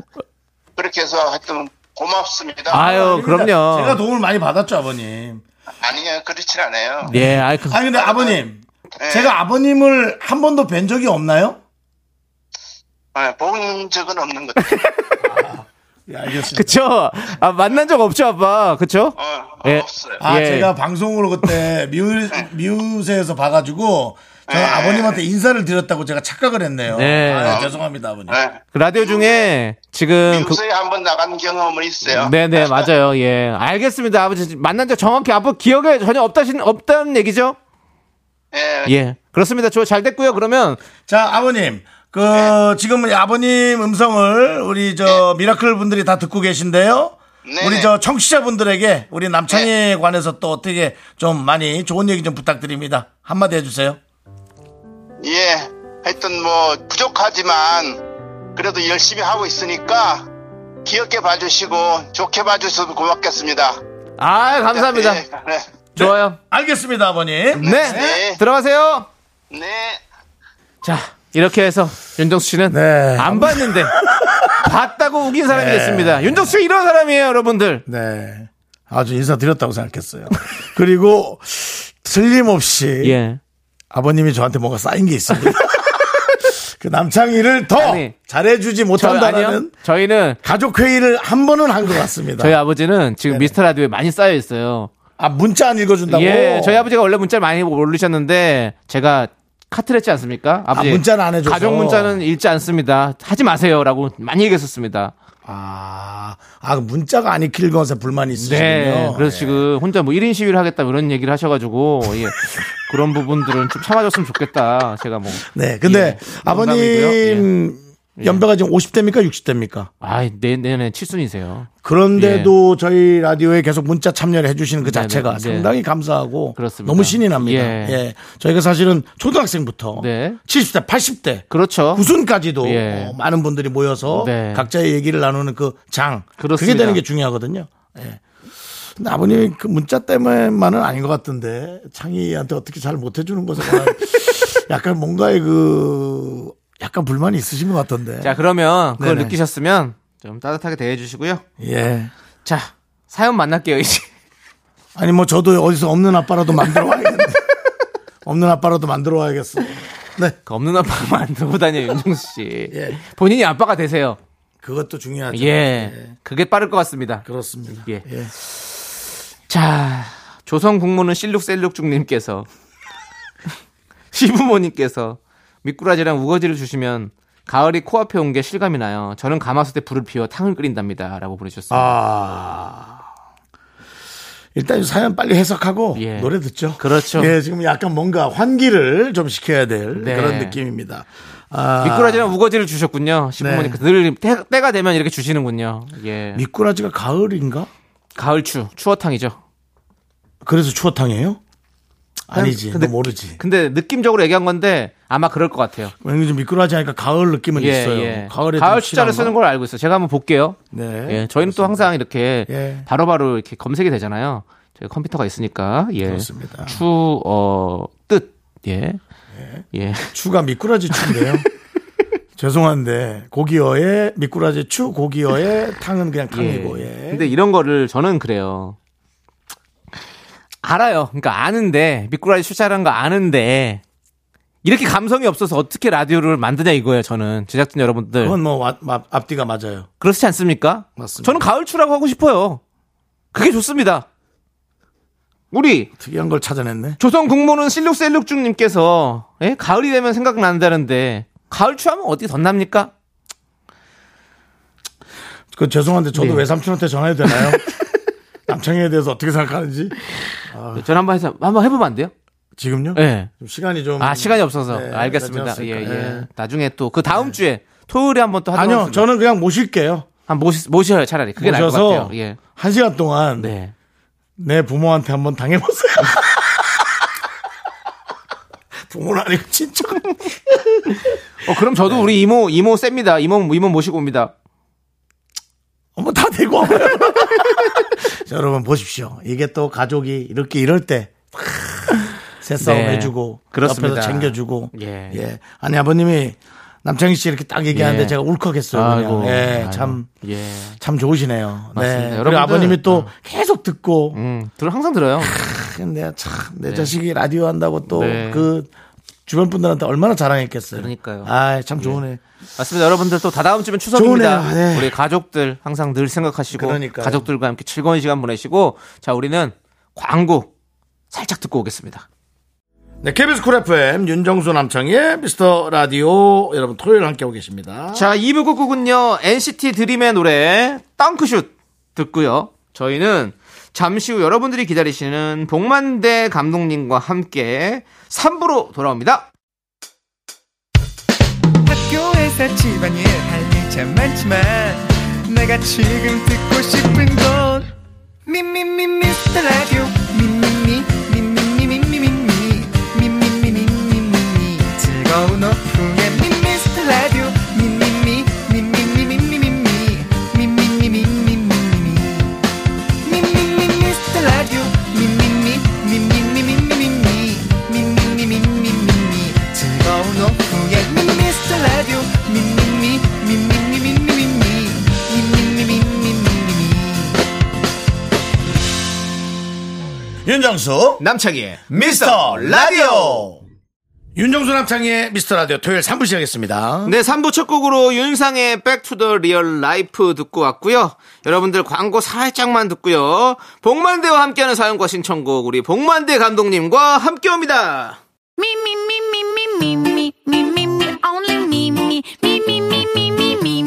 Speaker 5: 그렇게 해서 하여튼 고맙습니다.
Speaker 2: 아유 어, 그럼요.
Speaker 1: 제가 도움을 많이 받았죠, 아버님.
Speaker 5: 아니요 그렇진 않아요.
Speaker 2: 예. 아이 그.
Speaker 1: 아니, 근데 아버님.
Speaker 5: 예.
Speaker 1: 제가 아버님을 한 번도 뵌 적이 없나요?
Speaker 5: 예, 본 적은 없는 것 같아요.
Speaker 1: 예, 알겠습니다.
Speaker 2: 그쵸. 아 만난 적 없죠 아빠. 그쵸.
Speaker 5: 어,
Speaker 2: 예.
Speaker 5: 없어요.
Speaker 1: 아,
Speaker 2: 예.
Speaker 1: 제가 방송으로 그때 미우, 미우새에서 봐가지고 저는 아버님한테 인사를 드렸다고 제가 착각을 했네요.
Speaker 2: 네.
Speaker 1: 아, 죄송합니다, 아버님.
Speaker 5: 예.
Speaker 2: 그 라디오 중에 지금 그.
Speaker 5: 요새 한번 나간 경험은 있어요.
Speaker 2: 네네 맞아요 예 알겠습니다 아버지 만난 적 정확히 아빠 기억에 전혀 없다신 없다는 얘기죠
Speaker 5: 예.
Speaker 2: 예 그렇습니다 저 잘 됐고요 그러면
Speaker 1: 자, 아버님. 그, 지금 아버님 음성을 우리 저 미라클 분들이 다 듣고 계신데요.
Speaker 5: 네.
Speaker 1: 우리 저 청취자분들에게 우리 남창희에 관해서 또 어떻게 좀 많이 좋은 얘기 좀 부탁드립니다. 한마디 해주세요.
Speaker 5: (laughs) 예. 하여튼 뭐 부족하지만 그래도 열심히 하고 있으니까 귀엽게 봐주시고 좋게 봐주셔서 고맙겠습니다.
Speaker 2: 아 감사합니다
Speaker 5: 예, 네.
Speaker 2: 좋아요
Speaker 1: 알겠습니다, 아버님.
Speaker 2: 네.
Speaker 5: 네.
Speaker 2: 들어가세요
Speaker 5: 네.
Speaker 2: 자 이렇게 해서 윤정수 씨는
Speaker 1: 네.
Speaker 2: 안 봤는데 봤다고 우긴 사람이 됐습니다 윤정수 씨 이런 사람이에요 여러분들
Speaker 1: 네. 아주 인사드렸다고 생각했어요. (laughs) 그리고 틀림없이
Speaker 2: 예
Speaker 1: 아버님이 저한테 뭔가 쌓인 게 있습니다. (laughs) 그 남창희를 더
Speaker 2: 아니,
Speaker 1: 잘해주지
Speaker 2: 저희 아니요
Speaker 1: 못한다는
Speaker 2: 저희는
Speaker 1: 가족회의를 한 번은 한 것 같습니다.
Speaker 2: 저희 아버지는 지금 미스터 라디오에 많이 쌓여 있어요
Speaker 1: 아, 문자 안 읽어준다고?
Speaker 2: 예, 저희 아버지가 원래 문자를 많이 올리셨는데 제가 카트를 했지 않습니까? 아버지
Speaker 1: 아, 문자는 안 해줘서.
Speaker 2: 가족 문자는 읽지 않습니다. 하지 마세요라고 많이 얘기했었습니다.
Speaker 1: 아, 아, 문자가 안 읽힐 것에 불만이 있으시군요.
Speaker 2: 네. 그래서
Speaker 1: 예.
Speaker 2: 지금 혼자 뭐 1인 시위를 하겠다 뭐 이런 얘기를 하셔가지고
Speaker 1: (laughs)
Speaker 2: 예. 그런 부분들은 좀 참아줬으면 좋겠다. 제가 뭐.
Speaker 1: 네, 근데
Speaker 2: 예,
Speaker 1: 아버님 연배가 지금 50대입니까? 60대입니까?
Speaker 2: 아, 네, 네, 네, 칠순이세요.
Speaker 1: 그런데도 저희 라디오에 계속 문자 참여를 해주시는 그
Speaker 2: 예. 네네,
Speaker 1: 자체가
Speaker 2: 네.
Speaker 1: 상당히 감사하고
Speaker 2: 그렇습니다.
Speaker 1: 너무 신이 납니다.
Speaker 2: 예.
Speaker 1: 예. 저희가 사실은 초등학생부터
Speaker 2: 네.
Speaker 1: 70대, 80대,
Speaker 2: 그렇죠.
Speaker 1: 구순까지도
Speaker 2: 예.
Speaker 1: 어, 많은 분들이 모여서
Speaker 2: 네.
Speaker 1: 각자의 얘기를 나누는 그 장, 그게
Speaker 2: 그렇습니다.
Speaker 1: 되는 게 중요하거든요. 예. 근데 아버님이 그 문자 때문만은 아닌 것 같은데 창희한테 어떻게 잘 못해주는 것에
Speaker 2: (laughs)
Speaker 1: 관한 약간 뭔가의 그 약간 불만이 있으신 것 같던데.
Speaker 2: 자, 그러면 그걸
Speaker 1: 네네.
Speaker 2: 느끼셨으면 좀 따뜻하게 대해주시고요.
Speaker 1: 예.
Speaker 2: 자, 사연 만날게요 이제.
Speaker 1: 아니 뭐 저도 어디서 없는 아빠라도 만들어
Speaker 2: (laughs)
Speaker 1: 와야겠네. 없는 아빠라도 만들어 와야겠어. 네.
Speaker 2: 그 없는 (laughs) 아빠만 안 들고 다녀요 윤정수 씨.
Speaker 1: 예.
Speaker 2: 본인이 아빠가 되세요.
Speaker 1: 그것도 중요하죠.
Speaker 2: 예. 그게 빠를 것 같습니다.
Speaker 1: 그렇습니다.
Speaker 2: 예.
Speaker 1: 예.
Speaker 2: 자, 조선 국무는 실룩셀룩중님께서 (laughs) 시부모님께서 미꾸라지랑 우거지를 주시면 가을이 코앞에 온 게 실감이 나요. 저는 가마솥에 불을 피워 탕을 끓인답니다.라고 보내주셨어요.
Speaker 1: 아.
Speaker 2: 아.
Speaker 1: 일단 이 사연 빨리 해석하고
Speaker 2: 예.
Speaker 1: 노래 듣죠.
Speaker 2: 그렇죠.
Speaker 1: 예, 지금 약간 뭔가 환기를 좀 시켜야 될
Speaker 2: 네.
Speaker 1: 그런 느낌입니다. 아,
Speaker 2: 미꾸라지랑 우거지를 주셨군요. 시부모님께서 늘 때, 때가 되면 이렇게 주시는군요. 예.
Speaker 1: 네. 미꾸라지가 가을인가?
Speaker 2: 가을추 추어탕이죠.
Speaker 1: 그래서 추어탕이에요? 아니지.
Speaker 2: 근데- 그
Speaker 1: 근데 모르지.
Speaker 2: 근데 느낌적으로 얘기한 건데 아마 그럴 것 같아요.
Speaker 1: 왠지 좀 미꾸라지 하니까 가을 느낌은 예, 있어요. 가을에 좀
Speaker 2: 예, 가을
Speaker 1: 실한가?
Speaker 2: 숫자를 쓰는 걸 알고 있어요. 제가 한번 볼게요.
Speaker 1: 네.
Speaker 2: 예, 저희는 또 항상 이렇게
Speaker 1: 예.
Speaker 2: 바로바로 이렇게 검색이 되잖아요. 저희 컴퓨터가 있으니까 예.
Speaker 1: 그렇습니다.
Speaker 2: 추어뜻 예.
Speaker 1: 네.
Speaker 2: 예.
Speaker 1: 추가 미꾸라지
Speaker 2: (laughs)
Speaker 1: 추인데요. 죄송한데 고기어에 미꾸라지 추
Speaker 2: (laughs)
Speaker 1: 고기어에 탕은 그냥 탕이고 예.
Speaker 2: 근데 이런 거를 저는 그래요. 알아요. 그러니까 아는데 미꾸라지 출자라는 거 아는데 이렇게 감성이 없어서 어떻게 라디오를 만드냐 이거예요. 저는 제작진 여러분들
Speaker 1: 그건 뭐 와- 마- 앞뒤가 맞아요.
Speaker 2: 그렇지 않습니까?
Speaker 1: 맞습니다.
Speaker 2: 저는 가을추라고 하고 싶어요. 그게 좋습니다. 우리
Speaker 1: 특이한 걸 찾아냈네.
Speaker 2: 조선 국모는 실룩셀룩중님께서 예? 가을이 되면 생각난다는데 가을 추하면 어디 덧납니까?
Speaker 1: 그 죄송한데 저도
Speaker 2: 네.
Speaker 1: 외삼촌한테 전화해도 (laughs) 되나요? 남창희에 대해서 어떻게 생각하는지
Speaker 2: 네, 전 한번 해서 한번 해보면 안 돼요?
Speaker 1: 지금요?
Speaker 2: 예.
Speaker 1: 좀 시간이 좀.
Speaker 2: 아 시간이 없어서
Speaker 1: 네,
Speaker 2: 알겠습니다.
Speaker 1: 괜찮았을까.
Speaker 2: 예예.
Speaker 1: 예.
Speaker 2: 나중에 또 그 다음 주에 토요일에 한번 또 하도록
Speaker 1: 아니요,
Speaker 2: 하겠습니다.
Speaker 1: 저는 그냥 모실게요.
Speaker 2: 한 모시, 모셔요 차라리 그게 나을 것
Speaker 1: 모셔서
Speaker 2: 같아요. 예.
Speaker 1: 한 시간 동안
Speaker 2: 네.
Speaker 1: 내 부모한테 한번 당해보세요. (laughs) 부모는 아니고 진짜.
Speaker 2: 어 그럼 저도
Speaker 1: 네.
Speaker 2: 우리 이모 이모 셉니다. 이모 이모 모시고 옵니다.
Speaker 1: 어머 다 되고 (laughs) 와봐요. 자, 여러분 보십시오. 이게 또 가족이 이렇게 이럴 때 탁, 새싸움
Speaker 2: 네,
Speaker 1: 해주고
Speaker 2: 그렇습니다.
Speaker 1: 옆에서 챙겨주고
Speaker 2: 예.
Speaker 1: 예. 아니 아버님이 남창희 씨 이렇게 딱 얘기하는데
Speaker 2: 예.
Speaker 1: 제가 울컥했어요. 그냥. 예,
Speaker 2: 아이고.
Speaker 1: 참.
Speaker 2: 예.
Speaker 1: 참 좋으시네요.
Speaker 2: 맞습니다.
Speaker 1: 네. 그리고
Speaker 2: 여러분들, 어.
Speaker 1: 아버님이 또 계속 듣고
Speaker 2: 음, 들 항상 들어요.
Speaker 1: 근데 참 내 자식이 라디오 한다고 또 그
Speaker 2: 네.
Speaker 1: 주변 분들한테 얼마나 자랑했겠어요.
Speaker 2: 그러니까요. 예.
Speaker 1: 아, 참 좋으네.
Speaker 2: 맞습니다. 여러분들 또 다다음 주면 추석입니다.
Speaker 1: 좋네요. 네.
Speaker 2: 우리 가족들 항상 늘 생각하시고
Speaker 1: 그러니까요.
Speaker 2: 가족들과 함께 즐거운 시간 보내시고 자 우리는 광고 살짝 듣고 오겠습니다.
Speaker 1: 네, KBS 쿨 FM 윤정수 남창희의 미스터 라디오 여러분 토요일 함께하고 계십니다.
Speaker 2: 자 2부 곡곡은요 NCT 드림의 노래 덩크슛 듣고요. 저희는 잠시 후 여러분들이 기다리시는 복만대 감독님과 함께 3부로 돌아옵니다.
Speaker 6: 학교에서 집안일 할 일 참 많지만 내가 지금 듣고 싶은 건 미미미 미스터 라디오 미미미 미미미 미미미 미미미 미미미 즐거운 오후에 미스터 라디오 미미미 미미미 미미미 미미미 미미미
Speaker 4: 윤정수
Speaker 2: 남창희의
Speaker 4: 미스터 라디오
Speaker 1: 윤정수 남창희의 미스터 라디오 토요일 3부 시작했습니다.
Speaker 2: 네, 3부 첫 곡으로 윤상의 백투더 리얼 라이프 듣고 왔고요. 여러분들 광고 살짝만 듣고요. 복만대와 함께하는 사연과 신청곡 우리 복만대 감독님과 함께 옵니다.
Speaker 3: Me, me, me, me, me, me, me, me, me, me, only me, me, me, me, me, me, me, me, me,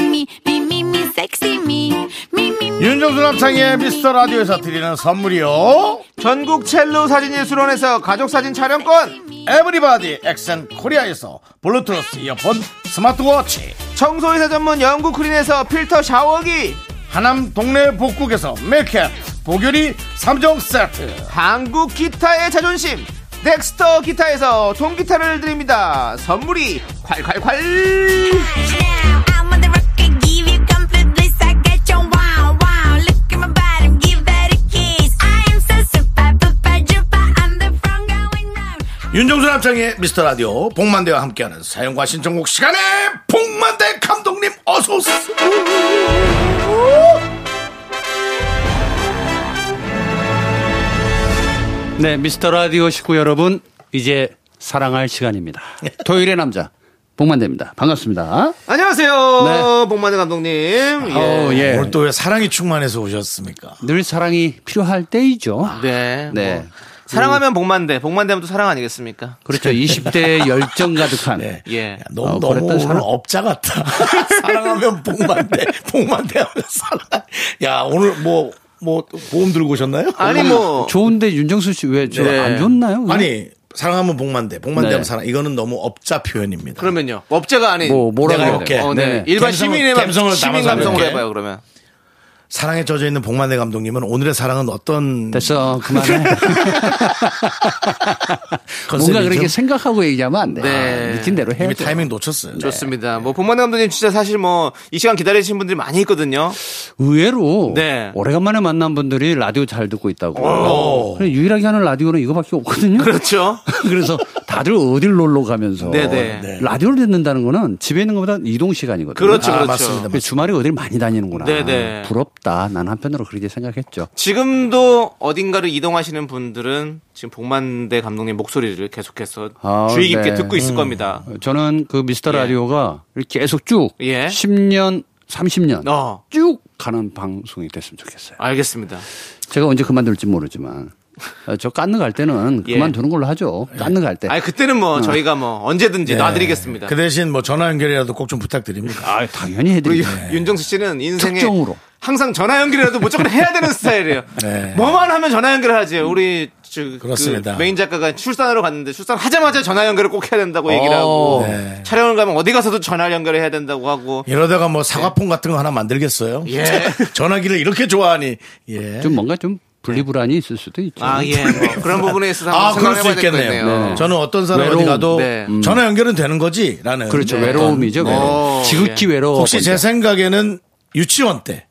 Speaker 3: me, me, me, sexy me, me, me, me.
Speaker 1: 윤정수 남창희의 미스터 라디오에서 드리는 선물이요.
Speaker 2: 전국 첼로 사진예술원에서 가족사진 촬영권
Speaker 1: 에브리바디 엑센 코리아에서 블루투스 이어폰 스마트워치
Speaker 2: 청소회사 전문 영국크린에서 필터 샤워기
Speaker 1: 하남 동네 복국에서 밀켓 보교리 3종 세트
Speaker 2: 한국 기타의 자존심 넥스터 기타에서 통기타를 드립니다. 선물이 콸콸콸
Speaker 3: Now, I'm on the rocket, give you comfort bliss. I got your wow, wow. Look at my bottom, give that a kiss. I am so super, super, duper. I'm the front going round.
Speaker 1: 윤정수 남창희의 미스터 라디오 복만대와 함께하는 사연과 신청곡 시간에 복만대 감독님 어서 오세요
Speaker 7: 네, 미스터 라디오 식구 여러분, 이제 사랑할 시간입니다. 토요일의 남자, 복만대입니다. 반갑습니다.
Speaker 2: 안녕하세요.
Speaker 7: 네.
Speaker 2: 복만대 감독님. 예.
Speaker 7: 어, 예.
Speaker 1: 오늘 또 왜 사랑이 충만해서 오셨습니까
Speaker 7: 늘 사랑이 필요할 때이죠.
Speaker 2: 네.
Speaker 7: 네.
Speaker 2: 뭐, 사랑하면 복만대, 복만대면 또 사랑 아니겠습니까? (laughs)
Speaker 7: 그렇죠. 20대의 열정 가득한.
Speaker 1: 네.
Speaker 2: 예.
Speaker 1: 너무
Speaker 7: 어,
Speaker 1: 너무
Speaker 7: 그랬던
Speaker 1: 오늘
Speaker 7: 사람?
Speaker 1: 업자 같다. (laughs) 사랑하면 복만대, 복만대 하면 사랑. 야 오늘 뭐 뭐 보험 들고 오셨나요?
Speaker 2: 아니 뭐
Speaker 7: 좋은데 윤정수 씨 왜 저
Speaker 2: 네.
Speaker 7: 안 좋나요? 그냥?
Speaker 1: 아니 사랑하면 복만대, 복만대
Speaker 7: 네.
Speaker 1: 하면 사랑. 이거는 너무 업자 표현입니다.
Speaker 2: 그러면요. 업체가 아닌
Speaker 7: 뭐, 뭐라고
Speaker 1: 내가
Speaker 7: 해야
Speaker 1: 이렇게.
Speaker 7: 돼요?
Speaker 2: 어,
Speaker 7: 네.
Speaker 2: 네. 일반
Speaker 1: 감성을-
Speaker 2: 시민의 감
Speaker 1: 감성을
Speaker 2: 시민
Speaker 1: 담아서
Speaker 2: 감성으로
Speaker 1: 이렇게.
Speaker 2: 해 봐요, 그러면.
Speaker 1: 사랑에 젖어 있는 복만대 감독님은 오늘의 사랑은 어떤
Speaker 7: 됐어. 그만해. 뭔가
Speaker 1: 컨셉이죠?
Speaker 7: 그렇게 생각하고 얘기하면 안 돼.
Speaker 2: 네.
Speaker 7: 네. 느낀 대로 해야
Speaker 1: 이미
Speaker 7: 돼.
Speaker 1: 타이밍 놓쳤어요.
Speaker 2: 좋습니다.
Speaker 1: 네.
Speaker 2: 뭐 복만대 감독님 진짜 사실 뭐 이 시간 기다리시는 분들이 많이 있거든요. (laughs)
Speaker 7: 의외로
Speaker 2: 네.
Speaker 7: 오래간만에 만난 분들이 라디오 잘 듣고 있다고. 그래, 유일하게 하는 라디오는 이거밖에 없거든요.
Speaker 2: 그렇죠.
Speaker 7: (laughs) 그래서 다들 어딜 놀러 가면서
Speaker 2: 네네. 네.
Speaker 7: 라디오를 듣는다는 거는 집에 있는 것보다 이동 시간이거든요.
Speaker 2: 그렇죠.
Speaker 1: 아,
Speaker 2: 그렇죠.
Speaker 1: 맞습니다.
Speaker 7: 근데 주말에 어딜 많이 다니는구나.
Speaker 2: 네네.
Speaker 7: 부럽다. 난 한편으로 그렇게 생각했죠.
Speaker 2: 지금도 어딘가를 이동하시는 분들은 지금 복만대 감독님 목소리를 계속해서
Speaker 7: 아,
Speaker 2: 주의 깊게
Speaker 7: 네.
Speaker 2: 듣고 있을
Speaker 1: 음.
Speaker 2: 겁니다.
Speaker 7: 저는 그 미스터
Speaker 2: 예.
Speaker 7: 라디오가 계속 쭉
Speaker 2: 예.
Speaker 7: 10년, 30년
Speaker 2: 어.
Speaker 7: 쭉 가는 방송이 됐으면 좋겠어요.
Speaker 2: 알겠습니다.
Speaker 7: 제가 언제 그만둘지 모르지만 어, 저 깐느 갈 때는
Speaker 2: 예.
Speaker 7: 그만두는 걸로 하죠. 깐느 갈
Speaker 1: 네.
Speaker 7: 때.
Speaker 2: 아니 그때는
Speaker 1: 음.
Speaker 2: 뭐 저희가 뭐 언제든지 놔드리겠습니다.
Speaker 1: 그 대신 뭐 전화 연결이라도 꼭 좀 부탁드립니다.
Speaker 7: 아, 당연히
Speaker 2: 우리 예.
Speaker 7: 해드리죠.
Speaker 1: 네.
Speaker 2: (laughs) 윤정수 씨는 인생에
Speaker 7: 특종으로.
Speaker 1: (laughs)
Speaker 2: 항상 전화 연결이라도 무조건 해야 되는 스타일이에요.
Speaker 1: 네.
Speaker 2: 뭐만 하면 전화 연결하지. 우리 저-
Speaker 1: 그렇습니다.
Speaker 2: 그 메인 작가가 출산하러 갔는데 출산하자마자 전화 연결을 꼭 해야 된다고 얘기를
Speaker 7: 오,
Speaker 2: 하고
Speaker 1: 네.
Speaker 2: 촬영을 가면 어디 가서도 전화 연결을 해야 된다고 하고
Speaker 1: 이러다가
Speaker 7: 예.
Speaker 1: 뭐 사과폰 같은 거 하나 만들겠어요?
Speaker 2: 예.
Speaker 1: (laughs) 전화기를 이렇게 좋아하니. 예.
Speaker 7: 좀 뭔가 좀 분리불안이 있을 수도 있죠.
Speaker 2: 아, 예. 뭐 그런 부분에 있어서 한번
Speaker 1: 네. 아, 그럴 수
Speaker 2: 생각해봐야 될것
Speaker 1: 있겠네요.
Speaker 2: 같네요.
Speaker 7: 네.
Speaker 1: 저는 어떤 사람
Speaker 7: 외로움.
Speaker 1: 어디 가도
Speaker 2: 네.
Speaker 1: 음. 전화 연결은 되는 거지? 라는.
Speaker 7: 그렇죠.
Speaker 1: 네.
Speaker 7: 외로움이죠.
Speaker 1: 어떤,
Speaker 7: 외로움.
Speaker 2: 어,
Speaker 7: 지극히
Speaker 2: 예.
Speaker 7: 외로워.
Speaker 1: 혹시
Speaker 7: 보인다.
Speaker 1: 제 생각에는 유치원 때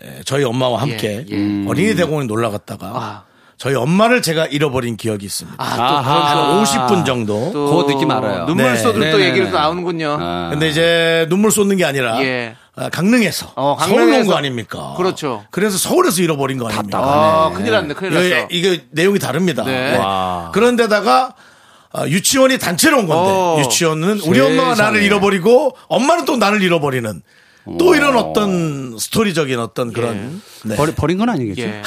Speaker 1: 에, 저희 엄마와 함께
Speaker 2: 예.
Speaker 1: 어린이 대공원에 놀러 갔다가
Speaker 2: 아.
Speaker 1: 저희 엄마를 제가 잃어버린 기억이 있습니다.
Speaker 7: 아하.
Speaker 1: 한 50분 정도.
Speaker 2: 또
Speaker 7: 그거 느낌 알아요.
Speaker 2: 눈물
Speaker 1: 네.
Speaker 2: 쏟을 또
Speaker 7: 네네네.
Speaker 2: 얘기를 또 나오는군요.
Speaker 7: 아.
Speaker 1: 근데 이제 눈물 쏟는 게 아니라
Speaker 2: 예.
Speaker 1: 아, 강릉에서
Speaker 2: 어, 강릉에서.
Speaker 1: 서울 온 거 아닙니까?
Speaker 2: 그렇죠.
Speaker 1: 그래서 서울에서 잃어버린 거 아닙니까?
Speaker 2: 아, 큰일 났네. 큰일
Speaker 1: 예, 이거,
Speaker 2: 났어.
Speaker 1: 이게 내용이 다릅니다.
Speaker 2: 네.
Speaker 1: 네. 그런데다가 어, 유치원이 단체로 온 건데
Speaker 2: 어.
Speaker 1: 유치원은 우리 엄마가 나를
Speaker 7: 세상에.
Speaker 1: 잃어버리고 엄마는 또 나를 잃어버리는 또 이런 어떤 스토리적인 어떤 그런 네.
Speaker 7: 버리, 버린 건 아니겠죠.
Speaker 2: 예.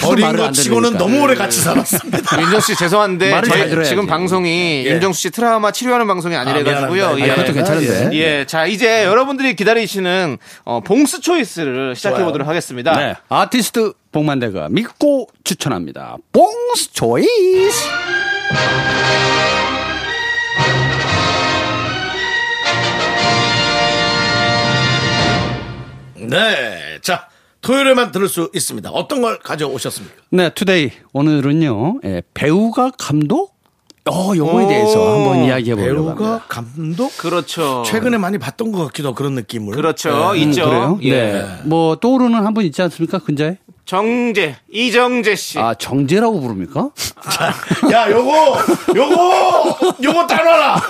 Speaker 1: 버린
Speaker 7: 예. 말을
Speaker 1: 것
Speaker 7: 안
Speaker 1: 치고는
Speaker 7: 들으니까. 예.
Speaker 1: 너무 오래 같이
Speaker 7: (laughs)
Speaker 1: 살았습니다.
Speaker 2: 윤정 씨 죄송한데
Speaker 7: 말을 잘
Speaker 2: 저희
Speaker 7: 들어야
Speaker 2: 지금
Speaker 7: 돼요.
Speaker 2: 방송이 윤정수 씨 트라우마 치료하는 방송이 아니라
Speaker 1: 미안합니다.
Speaker 2: 가지고요.
Speaker 1: 아니,
Speaker 7: 아니, 그것도 괜찮은데. 네.
Speaker 2: 예, 자 이제 여러분들이 기다리시는 어, 봉스 초이스를 시작해 보도록 하겠습니다.
Speaker 7: 네. 아티스트 복만대가 믿고 추천합니다. 봉스 초이스.
Speaker 1: 네. 자, 토요일에만 들을 수 있습니다. 어떤 걸 가져오셨습니까?
Speaker 7: 네, 투데이 오늘은요. 예, 배우가 감독? 어, 요거에 대해서 한번 이야기해 보려고 합니다.
Speaker 1: 배우가 감독?
Speaker 7: 어.
Speaker 2: 그렇죠.
Speaker 1: 최근에 많이 봤던 것 같기도 하고 그런 느낌을.
Speaker 2: 그렇죠.
Speaker 7: 음,
Speaker 2: 있죠.
Speaker 7: 그래요?
Speaker 2: 예.
Speaker 7: 네. 뭐 떠오르는 한 분 있지 않습니까? 근자에?
Speaker 2: 정재 이정재 씨.
Speaker 7: 아, 정재라고 부릅니까?
Speaker 1: 야, 요거, 요거, 요거 따놔라.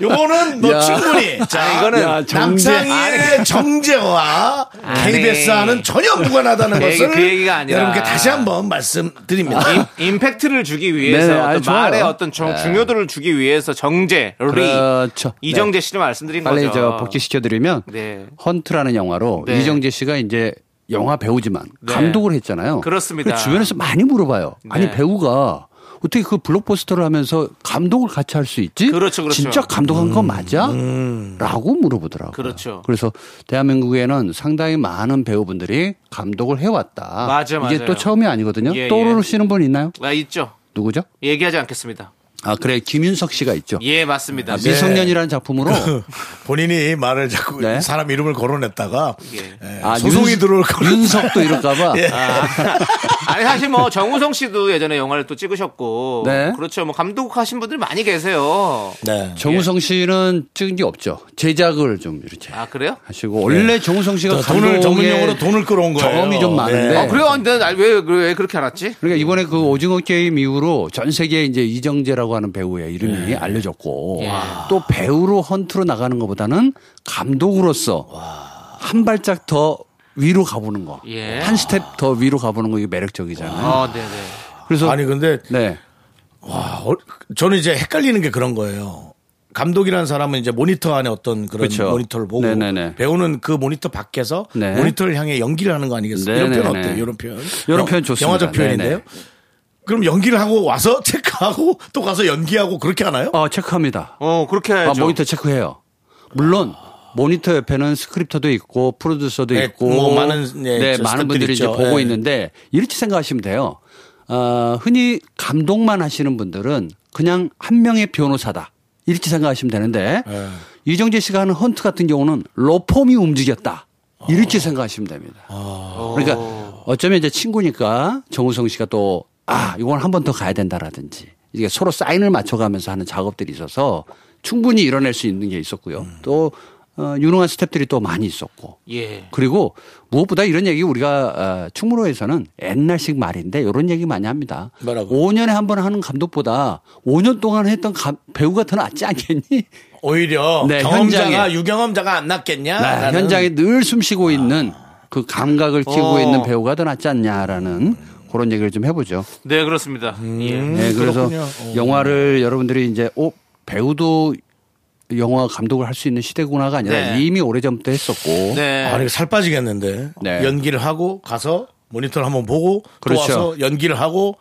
Speaker 1: 요거는 너
Speaker 7: 야.
Speaker 1: 충분히. 자,
Speaker 2: 아, 이거는
Speaker 7: 야, 정재.
Speaker 1: 남창희의 정재와
Speaker 2: 아니.
Speaker 1: KBS와는 전혀 무관하다는
Speaker 2: 그 얘기-
Speaker 1: 것을
Speaker 2: 그 얘기가 아니라. 아.
Speaker 1: 여러분께 다시 한번 말씀드립니다.
Speaker 2: 임팩트를 주기 위해서
Speaker 7: (laughs) 네네, 아니,
Speaker 2: 어떤
Speaker 7: 좋아요. 네.
Speaker 2: 말의 어떤 정- 중요도를 주기 위해서 정재, 리,
Speaker 7: 그렇죠.
Speaker 2: 이정재 씨를 말씀드린
Speaker 7: 빨리
Speaker 2: 거죠.
Speaker 7: 저 복귀시켜드리면
Speaker 2: 네.
Speaker 7: 헌트라는 영화로
Speaker 2: 네.
Speaker 7: 이정재 씨가 이제 영화 배우지만 감독을 했잖아요.
Speaker 2: 그렇습니다. 네.
Speaker 7: 그래서 주변에서 많이 물어봐요. 아니 배우가 어떻게 그 블록버스터를 하면서 감독을 같이 할 수 있지?
Speaker 2: 그렇죠, 그렇죠.
Speaker 7: 진짜 감독한 거 맞아? 라고 물어보더라고요.
Speaker 2: 그렇죠.
Speaker 7: 그래서 대한민국에는 상당히 많은 배우분들이 감독을 해왔다.
Speaker 2: 맞아,
Speaker 7: 이게
Speaker 2: 맞아요.
Speaker 7: 또 처음이 아니거든요.
Speaker 2: 예,
Speaker 7: 떠오르시는 분 있나요?
Speaker 2: 아, 있죠.
Speaker 7: 누구죠?
Speaker 2: 얘기하지 않겠습니다.
Speaker 7: 아 그래 김윤석 씨가 있죠.
Speaker 2: 예, 맞습니다.
Speaker 7: 아,
Speaker 2: (laughs)
Speaker 7: 미성년이라는 작품으로
Speaker 1: 본인이 말을 자꾸
Speaker 7: 네.
Speaker 1: 사람 이름을 거론했다가
Speaker 2: 예.
Speaker 1: 에,
Speaker 7: 아,
Speaker 1: 소송이
Speaker 7: 윤-
Speaker 1: 들어올 거는
Speaker 7: 윤석도
Speaker 2: (laughs)
Speaker 7: 이럴까봐
Speaker 2: 아니 사실 뭐 정우성 씨도 예전에 영화를 또 찍으셨고
Speaker 7: 네.
Speaker 2: 그렇죠. 뭐 감독하신 분들이 많이 계세요.
Speaker 1: 네.
Speaker 7: 정우성 씨는 찍은 게 없죠. 제작을 좀 이렇게
Speaker 2: 아 그래요?
Speaker 7: 하시고 원래 정우성 씨가
Speaker 1: 네. 돈을
Speaker 7: 감독의
Speaker 1: 전문용어로 돈을 끌어온 거예요.
Speaker 7: 경험이 좀 많은데.
Speaker 1: 네.
Speaker 2: 아 그래요? 근데 왜왜 왜 그렇게 알았지?
Speaker 7: 그러니까 이번에 그 오징어 게임 이후로 전 세계에 이제 이정재라고 하는 배우의
Speaker 1: 네.
Speaker 7: 이름이
Speaker 1: 예.
Speaker 7: 알려졌고 또 배우로 헌트로 나가는 것보다는 감독으로서 한 발짝 더 위로 가보는 거.
Speaker 2: 예.
Speaker 7: 한 스텝 더 위로 가보는 거 이게 매력적이잖아요.
Speaker 2: 어, 네네.
Speaker 7: 그래서
Speaker 1: 아니 근데
Speaker 7: 네.
Speaker 1: 아, 어- 저는 이제 헷갈리는 게 그런 거예요. 감독이라는 사람은 이제 모니터 안에 어떤 그런
Speaker 7: 그렇죠.
Speaker 1: 모니터를 보고
Speaker 7: 네네네.
Speaker 1: 배우는 그 모니터 밖에서
Speaker 7: 네.
Speaker 1: 모니터를 향해 연기를 하는 거 아니겠어요? 이런 표현
Speaker 7: 네네네.
Speaker 1: 어때요? 이런 표현.
Speaker 7: 이런
Speaker 1: 영-
Speaker 7: 표현 좋습니다.
Speaker 1: 영화적 표현인데요.
Speaker 7: 네네.
Speaker 1: 그럼 연기를 하고 와서 (laughs) 체크하고 또 가서 연기하고 그렇게 하나요?
Speaker 7: 어, 체크합니다.
Speaker 2: 어 그렇게 해야죠.
Speaker 7: 아, 모니터 체크해요. 물론 모니터 옆에는 스크립터도 있고 프로듀서도
Speaker 1: 네,
Speaker 7: 있고
Speaker 1: 뭐 많은, 예, 저
Speaker 7: 네,
Speaker 1: 스태프들이
Speaker 7: 많은 분들이 이제
Speaker 1: 있죠.
Speaker 7: 보고
Speaker 1: 예.
Speaker 7: 있는데 이렇게 생각하시면 돼요. 어, 흔히 감독만 하시는 분들은 그냥 한 명의 변호사다 이렇게 생각하시면 되는데
Speaker 1: 네.
Speaker 7: 이정재 씨가 하는 헌트 같은 경우는 로펌이 움직였다 이렇게 생각하시면 됩니다.
Speaker 1: 아.
Speaker 7: 그러니까 어쩌면 이제 친구니까 정우성 씨가 또 아, 이건 한 번 더 가야 된다라든지 이게 서로 사인을 맞춰가면서 하는 작업들이 있어서 충분히 이뤄낼 수 있는 게 있었고요. 또 어, 유능한 스탭들이 또 많이 있었고.
Speaker 2: 예.
Speaker 7: 그리고 무엇보다 이런 얘기 우리가 어, 충무로에서는 옛날식 말인데 이런 얘기 많이 합니다.
Speaker 1: 뭐라고?
Speaker 7: 5년에 한 번 하는 감독보다 5년 동안 했던 감- 배우가 더 낫지 않겠니?
Speaker 1: 오히려
Speaker 7: 네,
Speaker 1: 경험자가
Speaker 7: 현장에.
Speaker 1: 유경험자가 안 낫겠냐?
Speaker 7: 네,
Speaker 1: 라는
Speaker 7: 현장에 늘 숨 쉬고 있는 그 감각을 키우고
Speaker 2: 어.
Speaker 7: 있는 배우가 더 낫지 않냐라는 그런 얘기를 좀 해보죠.
Speaker 2: 네 그렇습니다. 예.
Speaker 7: 네, 그래서 영화를 여러분들이 이제 어, 배우도 영화 감독을 할 수 있는 시대구나가 아니라
Speaker 2: 네.
Speaker 7: 이미 오래전부터 했었고
Speaker 2: 네.
Speaker 1: 아니 이거 살 빠지겠는데
Speaker 7: 네.
Speaker 1: 연기를 하고 가서 모니터를 한번 보고
Speaker 7: 그렇죠.
Speaker 1: 또 와서 연기를 하고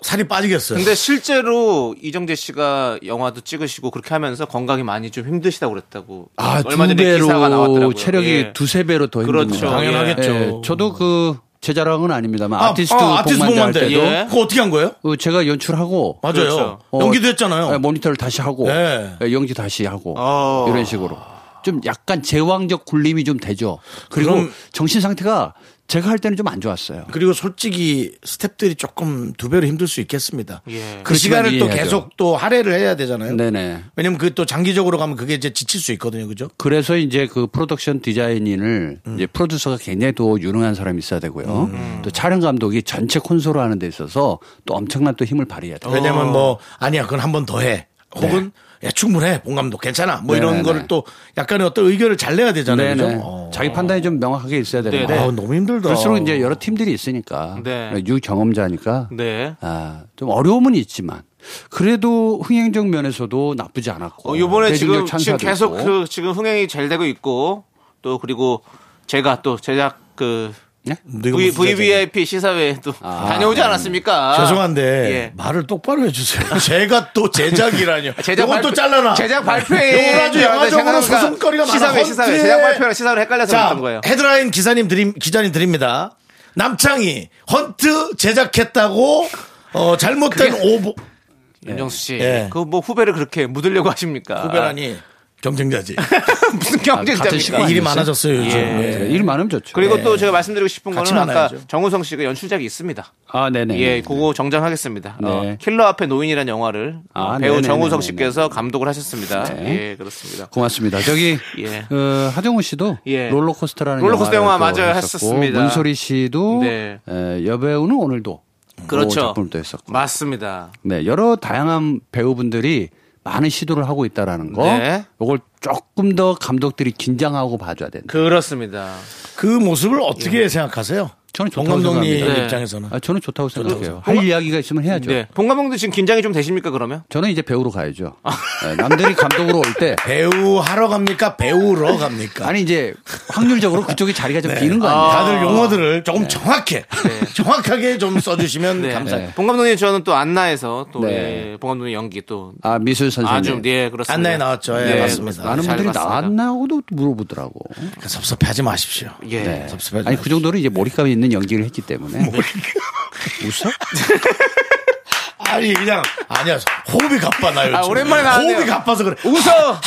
Speaker 1: 살이 빠지겠어요.
Speaker 2: 근데 실제로 이정재 씨가 영화도 찍으시고 그렇게 하면서 건강이 많이 좀 힘드시다고 그랬다고.
Speaker 7: 아,
Speaker 2: 얼마
Speaker 7: 두
Speaker 2: 전에 기사가
Speaker 7: 배로
Speaker 2: 나왔더라고요.
Speaker 7: 체력이
Speaker 2: 예.
Speaker 7: 두세 배로 더
Speaker 2: 그렇죠.
Speaker 7: 힘듭니다.
Speaker 1: 당연하겠죠.
Speaker 7: 예, 저도 그 제 자랑은 아닙니다만
Speaker 1: 아,
Speaker 7: 아티스트
Speaker 1: 아,
Speaker 7: 복만대 할
Speaker 1: 복만대.
Speaker 7: 때도
Speaker 2: 예.
Speaker 1: 그거 어떻게 한 거예요?
Speaker 7: 어, 제가 연출하고
Speaker 1: 맞아요.
Speaker 2: 그렇죠.
Speaker 7: 어,
Speaker 1: 연기도 했잖아요.
Speaker 7: 예, 모니터를 다시 하고
Speaker 1: 예.
Speaker 7: 예, 연기 다시 하고
Speaker 2: 어.
Speaker 7: 이런 식으로 좀 약간 제왕적 굴림이 좀 되죠. 그리고
Speaker 1: 그럼-
Speaker 7: 정신 상태가 제가 할 때는 좀 안 좋았어요.
Speaker 1: 그리고 솔직히 스탭들이 조금 두 배로 힘들 수 있겠습니다.
Speaker 2: 예.
Speaker 1: 그
Speaker 7: 그렇지만
Speaker 1: 시간을 또
Speaker 7: 이해해야죠.
Speaker 1: 계속 또 할애를 해야 되잖아요.
Speaker 7: 네네.
Speaker 1: 왜냐면 그 또 장기적으로 가면 그게 이제 지칠 수 있거든요. 그죠?
Speaker 7: 그래서 이제 그 프로덕션 디자인인을
Speaker 2: 음.
Speaker 7: 이제 프로듀서가 굉장히 또 유능한 사람이 있어야 되고요. 또 촬영 감독이 전체 콘솔을 하는 데 있어서 또 엄청난 또 힘을 발휘해야 돼요.
Speaker 1: 왜냐면 뭐 아니야 그건 한 번 더 해. 혹은 야 충분해 봉 감독 괜찮아 뭐 이런
Speaker 7: 네. 네네네.
Speaker 1: 거를 또 약간의 어떤 의견을 잘 내야 되잖아요.
Speaker 7: 네네.
Speaker 1: 그죠? 어.
Speaker 7: 자기 판단이 좀 명확하게 있어야 되는
Speaker 2: 네네.
Speaker 7: 거.
Speaker 1: 아, 너무 힘들다.
Speaker 7: 그럴수록 이제 여러 팀들이 있으니까
Speaker 2: 네.
Speaker 7: 유경험자니까
Speaker 2: 네.
Speaker 7: 아, 좀 어려움은 있지만 그래도 흥행적 면에서도 나쁘지 않았고
Speaker 2: 어, 요번에
Speaker 7: 대중적
Speaker 2: 지금, 지금
Speaker 7: 찬사도
Speaker 2: 계속
Speaker 7: 있고.
Speaker 2: 그, 지금 흥행이 잘 되고 있고, 또 그리고 제가 또 제작 그,
Speaker 7: 네?
Speaker 1: 네가
Speaker 2: v,
Speaker 1: 무슨 자제야?
Speaker 2: VVIP 시사회에 또
Speaker 7: 아,
Speaker 2: 다녀오지 않았습니까?
Speaker 1: 죄송한데
Speaker 2: 예.
Speaker 1: 말을 똑바로
Speaker 7: (laughs)
Speaker 1: 해주세요. 제가 또 제작이라뇨.
Speaker 2: 제작
Speaker 1: 제작
Speaker 2: 발표-
Speaker 1: 또 잘라놔. (laughs)
Speaker 2: 제작 발표에
Speaker 1: 요건 아주 영화적으로 소송거리가 많아.
Speaker 2: 시사회 시사회
Speaker 1: 헌트에-
Speaker 2: 제작 발표랑 시사회를 헷갈려서
Speaker 1: 자,
Speaker 2: 그랬던 거예요.
Speaker 1: 헤드라인 기사님 드림, 기자님 드립니다. 남창이 헌트 제작했다고 어, 잘못된 오보
Speaker 2: 윤정수 씨,
Speaker 1: 예.
Speaker 2: 그 뭐 후배를 그렇게 묻으려고
Speaker 7: 아,
Speaker 2: 하십니까?
Speaker 1: 후배라니
Speaker 7: (laughs)
Speaker 1: 경쟁자지.
Speaker 2: 무슨
Speaker 7: 같은
Speaker 2: 경쟁자입니까?
Speaker 7: 시간이-
Speaker 1: 일이
Speaker 7: 아니었어요?
Speaker 1: 많아졌어요 요즘. 예.
Speaker 7: 네, 일 많으면 좋죠.
Speaker 2: 그리고
Speaker 7: 네.
Speaker 2: 또 제가 말씀드리고 싶은
Speaker 1: 같이
Speaker 2: 거는 아까
Speaker 1: 만나야죠.
Speaker 2: 정우성 씨가 연출작이 있습니다.
Speaker 7: 아, 네네.
Speaker 2: 예, 그거 정장하겠습니다. 어,
Speaker 7: 네.
Speaker 2: 킬러 앞에 노인이라는 영화를
Speaker 7: 아,
Speaker 2: 어, 배우
Speaker 7: 네네네네네.
Speaker 2: 정우성 씨께서 감독을 하셨습니다.
Speaker 7: 네.
Speaker 2: 예, 그렇습니다.
Speaker 7: 고맙습니다. 저기
Speaker 2: (laughs) 예.
Speaker 7: 어, 하정우 씨도
Speaker 2: 예.
Speaker 7: 롤러코스터라는
Speaker 2: 롤러코스터
Speaker 7: 영화를
Speaker 2: 영화
Speaker 7: 또
Speaker 2: 맞아요.
Speaker 7: 했었고,
Speaker 2: 했었습니다.
Speaker 7: 문소리 씨도
Speaker 2: 네.
Speaker 7: 에, 여배우는 오늘도
Speaker 2: 그렇죠.
Speaker 7: 그 작품도 했었고.
Speaker 2: 맞습니다.
Speaker 7: 네, 여러 다양한 배우분들이 많은 시도를 하고 있다라는 거.
Speaker 2: 네.
Speaker 7: 요걸 조금 더 감독들이 긴장하고 봐줘야 된다.
Speaker 2: 그렇습니다.
Speaker 1: 그 모습을 어떻게 생각하세요?
Speaker 7: 저는
Speaker 1: 봉
Speaker 7: 예. 좋다고
Speaker 1: 감독님
Speaker 7: 생각합니다.
Speaker 2: 네.
Speaker 1: 입장에서는.
Speaker 7: 아, 저는 좋다고 생각해요. 할 이야기가 있으면 해야죠.
Speaker 2: 네. 봉 감독도 지금 긴장이 좀 되십니까 그러면?
Speaker 7: 저는 이제 배우로 가야죠.
Speaker 2: 아.
Speaker 7: 네, 남들이 감독으로 올
Speaker 2: (laughs)
Speaker 7: 때
Speaker 1: 배우 하러 갑니까? 배우러 갑니까?
Speaker 7: 아니 이제 확률적으로 그쪽에 자리가
Speaker 2: 네.
Speaker 7: 좀 비는 거 아니에요? 네.
Speaker 1: 다들 용어들을 조금 정확해, (laughs) 정확하게 좀 써주시면
Speaker 2: 네.
Speaker 1: 감사.
Speaker 2: 네. 봉 감독님 저는 또 안나에서 또
Speaker 7: 네.
Speaker 2: 예, 봉 감독님 연기 또
Speaker 7: 아 미술 선생님.
Speaker 2: 아주 예 그렇습니다.
Speaker 1: 안나에 나왔죠. 예,
Speaker 2: 네,
Speaker 1: 맞습니다.
Speaker 7: 많은
Speaker 2: 잘
Speaker 7: 분들이
Speaker 2: 봤습니다.
Speaker 7: 나왔나고도 물어보더라고.
Speaker 1: 그러니까 섭섭해하지 마십시오.
Speaker 2: 예.
Speaker 7: 네.
Speaker 1: 섭섭하지
Speaker 7: 아니 그 정도로 이제 몰입감 있는 연기를 했기 때문에
Speaker 1: 웃어? (laughs) 아니 그냥 아니야 호흡이 가빠 나 요즘.
Speaker 2: 아, 오랜만에 나왔네요.
Speaker 1: 호흡이 가빠서 그래.
Speaker 2: 웃어.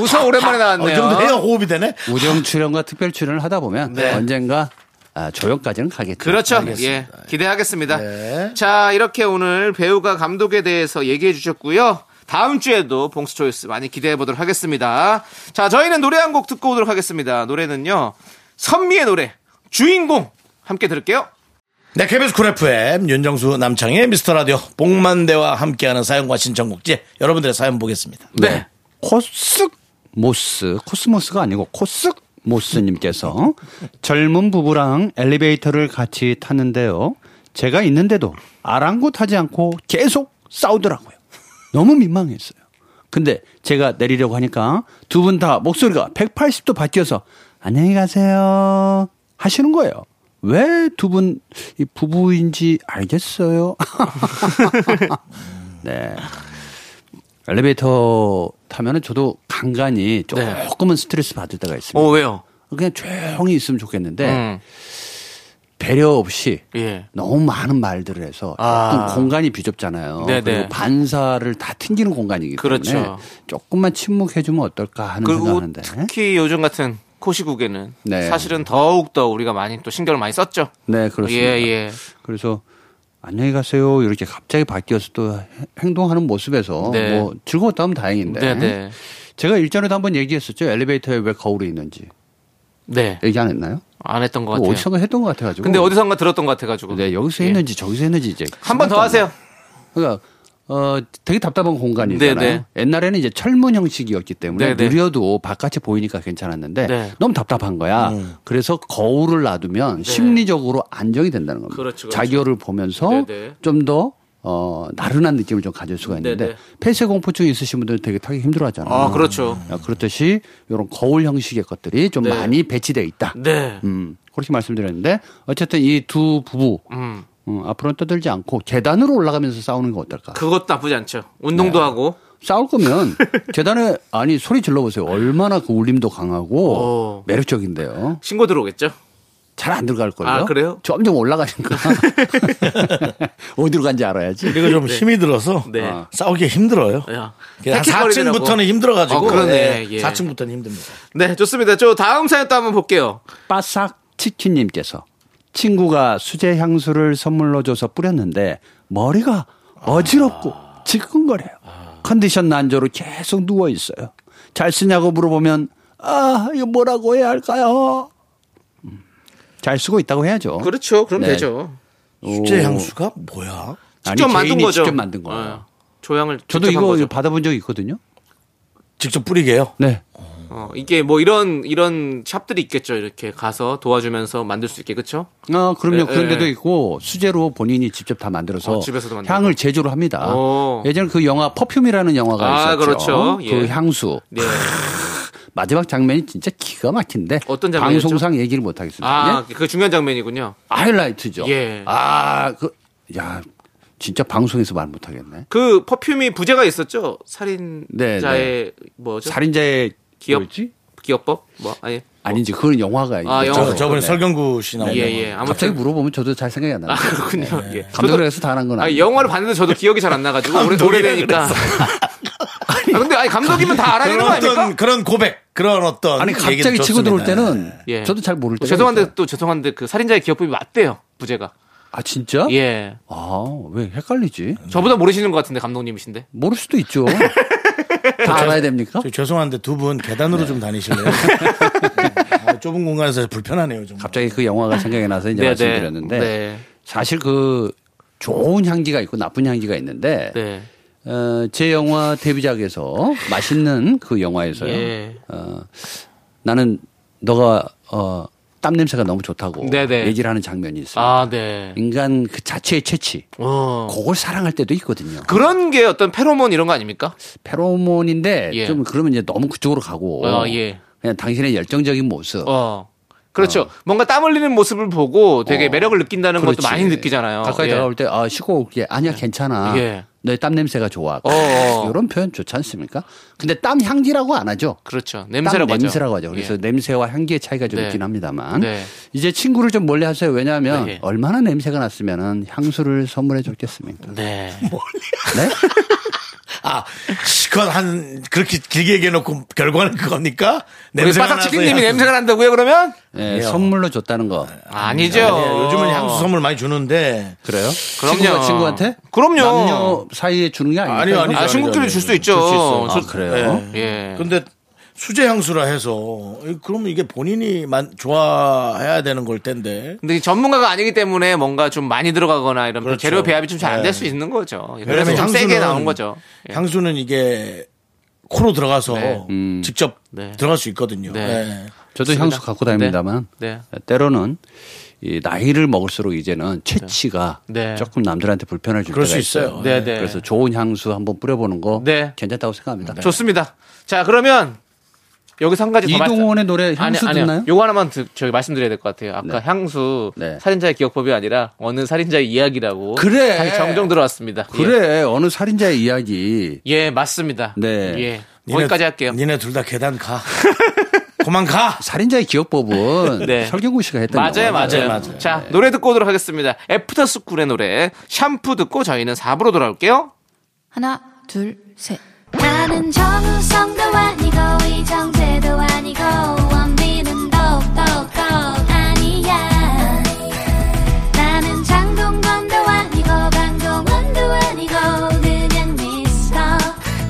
Speaker 2: 웃어
Speaker 1: 어,
Speaker 2: 오랜만에
Speaker 1: 이
Speaker 2: 나왔네요.
Speaker 1: 정도 해야 호흡이 되네.
Speaker 7: 우정 출연과 특별 출연을 하다 보면
Speaker 2: 네.
Speaker 7: 언젠가 아, 조연까지는 가겠죠.
Speaker 2: 그렇죠. 예.
Speaker 1: 알겠습니다.
Speaker 2: 기대하겠습니다.
Speaker 1: 네.
Speaker 2: 자, 이렇게 오늘 배우가 감독에 대해서 얘기해 주셨고요. 다음 주에도 봉스 초이스 많이 기대해 보도록 하겠습니다. 자, 저희는 노래 한 곡 듣고 오도록 하겠습니다. 노래는요. 선미의 노래 주인공 함께 들을게요.
Speaker 1: 네, KBS 쿨 FM 윤정수 남창의 미스터 라디오 복만대와 함께하는 사연과 신청곡지 여러분들의 사연 보겠습니다.
Speaker 7: 네. 코스 모스 코스모스가 아니고 코스 모스님께서 젊은 부부랑 엘리베이터를 같이 탔는데요. 제가 있는데도 아랑곳하지 않고 계속 싸우더라고요. 너무 민망했어요. 근데 제가 내리려고 하니까 두 분 다 목소리가 180도 바뀌어서 안녕히 가세요 하시는 거예요. 왜 두 분 부부인지 알겠어요. 네. 엘리베이터 타면은 저도 간간히
Speaker 2: 네.
Speaker 7: 조금은 스트레스 받을 때가 있습니다.
Speaker 2: 오, 왜요?
Speaker 7: 그냥 조용히 있으면 좋겠는데
Speaker 2: 어. 음.
Speaker 7: 배려 없이
Speaker 2: 예.
Speaker 7: 너무 많은 말들을 해서
Speaker 2: 아.
Speaker 7: 조금 공간이 비좁잖아요.
Speaker 2: 네네.
Speaker 7: 그리고 반사를 다 튕기는 공간이기 때문에
Speaker 2: 그렇죠.
Speaker 7: 조금만 침묵해주면 어떨까 하는
Speaker 2: 그리고
Speaker 7: 생각하는데
Speaker 2: 특히 요즘 같은 코시국에는
Speaker 7: 네.
Speaker 2: 사실은 더욱더 우리가 많이 또 신경을 많이 썼죠.
Speaker 7: 네 그렇습니다.
Speaker 2: 예, 예.
Speaker 7: 그래서 안녕히 가세요 이렇게 갑자기 바뀌어서 또 해- 행동하는 모습에서
Speaker 2: 네.
Speaker 7: 뭐 즐거웠다면 다행인데
Speaker 2: 네, 네.
Speaker 7: 제가 일전에도 한번 얘기했었죠 엘리베이터에 왜 거울이 있는지
Speaker 2: 네.
Speaker 7: 얘기 안 했나요?
Speaker 2: 안 했던 것
Speaker 7: 그거
Speaker 2: 같아요.
Speaker 7: 어디선가 했던 것 같아가지고.
Speaker 2: 근데 어디선가 들었던 것 같아 가지고. 예.
Speaker 7: 네, 여기서 했는지 저기서 했는지 이제
Speaker 2: 한 번 더 하세요.
Speaker 7: 그러니까 어 되게 답답한 공간이잖아요.
Speaker 2: 네네.
Speaker 7: 옛날에는 이제 철문 형식이었기 때문에
Speaker 2: 네네.
Speaker 7: 느려도 바깥이 보이니까 괜찮았는데
Speaker 2: 네. 음.
Speaker 7: 너무 답답한 거야. 그래서 거울을 놔두면 심리적으로 안정이 된다는 겁니다.
Speaker 2: 그렇죠, 그렇죠.
Speaker 7: 자기를 보면서
Speaker 2: 네네.
Speaker 7: 좀 더 어, 나른한 느낌을 좀 가질 수가 있는데
Speaker 2: 네네.
Speaker 7: 폐쇄 공포증이 있으신 분들은 되게 타기 힘들어하잖아요.
Speaker 2: 아, 그렇죠.
Speaker 7: 아, 그렇듯이 이런 거울 형식의 것들이 좀
Speaker 2: 네.
Speaker 7: 많이 배치돼 있다.
Speaker 2: 네.
Speaker 7: 음, 그렇게 말씀드렸는데 어쨌든 이 두 부부
Speaker 2: 음.
Speaker 7: 음, 앞으로는 떠들지 않고 계단으로 올라가면서 싸우는 건 어떨까?
Speaker 2: 그것도 나쁘지 않죠. 운동도
Speaker 7: 네.
Speaker 2: 하고.
Speaker 7: 싸울
Speaker 2: (laughs)
Speaker 7: 거면 계단에 아니 소리 질러 보세요. 얼마나 그 울림도 강하고
Speaker 2: 어.
Speaker 7: 매력적인데요.
Speaker 2: 신고 들어오겠죠?
Speaker 7: 잘 안 들어갈 거예요.
Speaker 2: 아, 그래요?
Speaker 7: 점점
Speaker 2: (laughs)
Speaker 7: 올라가니까 (laughs) 어디로 간지 알아야지.
Speaker 1: 이거 좀 힘이 들어서
Speaker 2: 네.
Speaker 1: 어. 싸우기 힘들어요.
Speaker 2: 야.
Speaker 1: 그냥
Speaker 2: 택틱거리더라고.
Speaker 1: 4층부터는 힘들어가지고
Speaker 2: 어, 그러네. 예.
Speaker 1: 4층부터는 힘듭니다.
Speaker 2: 네, 좋습니다. 저 다음 사연 또 한번 볼게요.
Speaker 7: 빠삭 치킨님께서 친구가 수제 향수를 선물로 줘서 뿌렸는데 머리가 어지럽고 지끈거려요. 컨디션 난조로 계속 누워 있어요. 잘 쓰냐고 물어보면 아 이거 뭐라고 해야 할까요? 음, 잘 쓰고 있다고 해야죠.
Speaker 2: 그렇죠. 그럼
Speaker 7: 네.
Speaker 2: 되죠.
Speaker 1: 숙제 향수가 뭐야?
Speaker 7: 아니,
Speaker 2: 직접 만든
Speaker 7: 개인이
Speaker 2: 거죠.
Speaker 7: 직접 만든 거예요.
Speaker 2: 어, 조향을 직접
Speaker 7: 저도
Speaker 2: 한
Speaker 7: 이거
Speaker 2: 거죠.
Speaker 7: 받아본 적이 있거든요.
Speaker 1: 직접 뿌리게요.
Speaker 7: 네.
Speaker 2: 어, 이게 뭐 이런 이런 샵들이 있겠죠. 이렇게 가서 도와주면서 만들 수 있게 그렇죠?
Speaker 7: 아, 그럼요.
Speaker 2: 예,
Speaker 7: 그런 데도
Speaker 2: 예.
Speaker 7: 있고 수제로 본인이 직접 다 만들어서
Speaker 2: 어, 집에서도 만들고.
Speaker 7: 향을 제조를 합니다.
Speaker 2: 오.
Speaker 7: 예전에 그 영화 퍼퓸이라는 영화가
Speaker 2: 아,
Speaker 7: 있었죠.
Speaker 2: 그렇죠.
Speaker 7: 그
Speaker 2: 예.
Speaker 7: 향수.
Speaker 2: 네.
Speaker 7: 마지막 장면이 진짜 기가 막힌데
Speaker 2: 어떤 장면이었죠?
Speaker 7: 방송상 얘기를 못 하겠습니다. 예?
Speaker 2: 아, 그 중요한 장면이군요.
Speaker 7: 하이라이트죠.
Speaker 2: 예.
Speaker 7: 아, 그 야, 진짜 방송에서 말 못 하겠네.
Speaker 2: 그 퍼퓸이 부제가 있었죠. 살인자의
Speaker 7: 네, 네.
Speaker 2: 뭐죠?
Speaker 7: 살인자의
Speaker 2: 기업?
Speaker 7: 뭐였지?
Speaker 2: 기업법? 뭐 아니.
Speaker 7: 아닌지 그건 영화가 있죠.
Speaker 2: 아, 영화.
Speaker 1: 저, 저번에 설경구 씨 나온
Speaker 2: 예,
Speaker 1: 거.
Speaker 2: 예. 아무튼
Speaker 7: 네, 뭐 갑자기 물어보면 저도 잘 생각이 안 나요.
Speaker 2: 아, (laughs) 그렇군요. 예. 저도-
Speaker 7: 감독을 해서 다 하는 건
Speaker 2: 아,
Speaker 7: 아니에요.
Speaker 2: 영화를 봤는데 저도 기억이 잘 안 나가지고 오래 오래되니까. (laughs) 아, 근데 아니 감독이면 다 알아야 되는
Speaker 1: 그런
Speaker 2: 거 아닙니까?
Speaker 1: 어떤 그런 고백 그런 어떤
Speaker 7: 아니
Speaker 1: 얘기도
Speaker 7: 갑자기 치고
Speaker 1: 좋습니다.
Speaker 7: 들어올 때는
Speaker 2: 예.
Speaker 7: 저도 잘 모를 때
Speaker 2: 죄송한데 또 죄송한데 그 살인자의 기업법이 맞대요 부제가.
Speaker 7: 아 진짜?
Speaker 2: 예.
Speaker 7: 아왜 헷갈리지?
Speaker 2: 저보다 모르시는 것 같은데 감독님이신데.
Speaker 7: 모를
Speaker 2: (laughs)
Speaker 7: 수도 있죠. 다 알아야 됩니까?
Speaker 1: 저 죄송한데 두 분 계단으로 좀
Speaker 2: 네.
Speaker 1: 다니실래요? (laughs) 아, 좁은 공간에서 불편하네요 좀.
Speaker 7: 갑자기 그 영화가 생각이 나서 이제 말씀드렸는데
Speaker 2: 네.
Speaker 7: 사실 그 좋은 향기가 있고 나쁜 향기가 있는데
Speaker 2: 네.
Speaker 7: 어, 제 영화 데뷔작에서 맛있는 그 영화에서요.
Speaker 2: 예.
Speaker 7: 어, 나는 너가 어, 땀 냄새가 너무 좋다고
Speaker 2: 네네.
Speaker 7: 얘기를 하는 장면이 있어요.
Speaker 2: 아, 네.
Speaker 7: 인간 그 자체의 채취.
Speaker 2: 어.
Speaker 7: 그걸 사랑할 때도 있거든요.
Speaker 2: 그런 게 어떤 페로몬 이런 거 아닙니까?
Speaker 7: 페로몬인데
Speaker 2: 예.
Speaker 7: 좀 그러면 이제 너무 그쪽으로 가고
Speaker 2: 어, 예.
Speaker 7: 그냥 당신의 열정적인 모습
Speaker 2: 어. 그렇죠. 뭔가 땀 흘리는 모습을 보고 되게
Speaker 7: 어.
Speaker 2: 매력을 느낀다는
Speaker 7: 그렇지.
Speaker 2: 것도 많이 느끼잖아요.
Speaker 7: 가까이
Speaker 2: 예.
Speaker 7: 다가올 때 아, 쉬고 올게. 아니야, 괜찮아.
Speaker 2: 예.
Speaker 7: 너의 땀 냄새가 좋아.
Speaker 2: 어, 어.
Speaker 7: 이런 표현 좋지 않습니까? 근데 땀 향기라고 안 하죠.
Speaker 2: 그렇죠.
Speaker 7: 땀
Speaker 2: 냄새라고 하죠.
Speaker 7: 냄새라고 하죠. 그래서
Speaker 2: 예.
Speaker 7: 냄새와 향기의 차이가 좀
Speaker 2: 네.
Speaker 7: 있긴 합니다만
Speaker 2: 네.
Speaker 7: 이제 친구를 좀 멀리 하세요. 왜냐하면
Speaker 2: 네.
Speaker 7: 얼마나 냄새가 났으면 향수를 선물해 줬겠습니까? (laughs)
Speaker 2: 네.
Speaker 7: 네?
Speaker 1: 아 시컷 한 그렇게 길게 얘기해놓고 결과는 그겁니까?
Speaker 2: 우리
Speaker 1: 냄새가 나서
Speaker 2: 바삭치킨님이
Speaker 1: 향수-
Speaker 2: 냄새가 난다고요? 그러면
Speaker 7: 네, 선물로 줬다는 거
Speaker 2: 아니죠.
Speaker 1: 예,
Speaker 2: 어.
Speaker 1: 요즘은 향수 선물 많이 주는데
Speaker 7: 그래요?
Speaker 2: 그럼요.
Speaker 7: 친구가 친구한테?
Speaker 2: 그럼요.
Speaker 7: 남녀 사이에 주는 게 아니니까.
Speaker 1: 아니요, 아니죠.
Speaker 2: 아, 친구끼리 줄 수 있죠.
Speaker 7: 아,
Speaker 2: 저-
Speaker 7: 그래요?
Speaker 2: 예.
Speaker 1: 근데 수제 향수라 해서 그러면 이게 본인이 만 좋아해야 되는 걸 텐데
Speaker 2: 근데 전문가가 아니기 때문에 뭔가 좀 많이 들어가거나 이런
Speaker 1: 그렇죠.
Speaker 2: 재료 배합이 좀 잘 안 될
Speaker 7: 예.
Speaker 1: 네.
Speaker 2: 수 있는 거죠.
Speaker 1: 왜냐면
Speaker 2: 그래서 좀 세게 나온 거죠. 예.
Speaker 1: 향수는 이게 코로 들어가서
Speaker 2: 네.
Speaker 1: 직접
Speaker 2: 네.
Speaker 1: 들어갈 수 있거든요.
Speaker 2: 네.
Speaker 1: 네.
Speaker 7: 저도
Speaker 2: 좋습니다.
Speaker 7: 향수 갖고 다닙니다만
Speaker 2: 네.
Speaker 7: 때로는 이 나이를 먹을수록 이제는 채취가
Speaker 2: 네.
Speaker 7: 조금 남들한테 불편할 줄
Speaker 1: 그럴
Speaker 7: 때가
Speaker 1: 수 있어요.
Speaker 2: 네, 네.
Speaker 7: 그래서 좋은 향수 한번 뿌려보는 거
Speaker 2: 네.
Speaker 7: 괜찮다고 생각합니다.
Speaker 2: 좋습니다. 자, 그러면 여기서 한 가지 더 말씀-
Speaker 7: 이동원의 노래
Speaker 2: 아니,
Speaker 7: 향수
Speaker 2: 아니요.
Speaker 7: 듣나요?
Speaker 2: 요거 하나만 드- 저희 말씀드려야 될 것 같아요. 아까 향수
Speaker 7: 네.
Speaker 2: 살인자의 기억법이 아니라 어느 살인자의 이야기라고
Speaker 7: 그래.
Speaker 2: 다시 정정 들어왔습니다. 예.
Speaker 7: 그래 어느 살인자의 이야기
Speaker 2: 예, 맞습니다.
Speaker 7: 네.
Speaker 2: 예.
Speaker 1: 니네-
Speaker 2: 거기까지 할게요.
Speaker 1: 니네 둘 다 계단 가. (laughs) 그만 가.
Speaker 7: 살인자의
Speaker 2: (laughs)
Speaker 7: 기억법은
Speaker 2: 네.
Speaker 7: 설경구 씨가 했던 네.
Speaker 2: 맞아요, 네, 맞아요. 자, 노래 듣고 오도록 하겠습니다. 애프터스쿨의 노래, 샴푸 듣고 저희는 4부로 돌아올게요.
Speaker 3: 하나, 둘, 셋.
Speaker 8: 나는 정우성도 아니고 이정재도 아니고 원빈은 더욱더 아니야 나는 장동건도 아니고 강동원도 아니고 그냥 미스터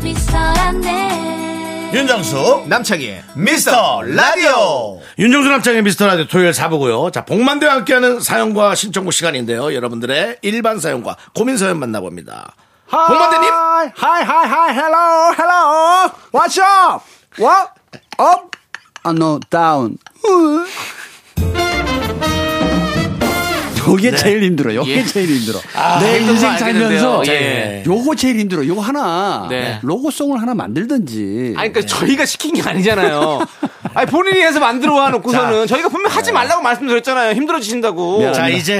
Speaker 8: 미스터란데
Speaker 4: 윤정수
Speaker 1: 남창희의
Speaker 4: 미스터 라디오
Speaker 1: 윤종수 남창의 미스터 라디오 토요일 사부고요. 자, 복만대와 함께하는 사연과 신청곡 시간인데요. 여러분들의 일반 사연과 고민 사연 만나봅니다. 복만대님?
Speaker 7: 하이 하이 하이 헬로 헬로 What's up? What? Up? 아, no, down. 요게 제일 힘들어. 요게
Speaker 2: 네. 예.
Speaker 7: 제일 힘들어.
Speaker 2: 아,
Speaker 7: 내
Speaker 2: 힘든 거
Speaker 7: 인생
Speaker 2: 알겠는데요.
Speaker 7: 살면서
Speaker 2: 예.
Speaker 7: 요거 제일 힘들어. 요거 하나
Speaker 2: 네.
Speaker 7: 로고송을 하나 만들든지.
Speaker 2: 아니, 그러니까 저희가 시킨 게
Speaker 7: (laughs)
Speaker 2: 아니잖아요. 아니, 본인이 해서 만들어 와 놓고서는 저희가 분명
Speaker 7: 네.
Speaker 2: 하지 말라고 말씀드렸잖아요. 힘들어지신다고.
Speaker 1: 자, 이제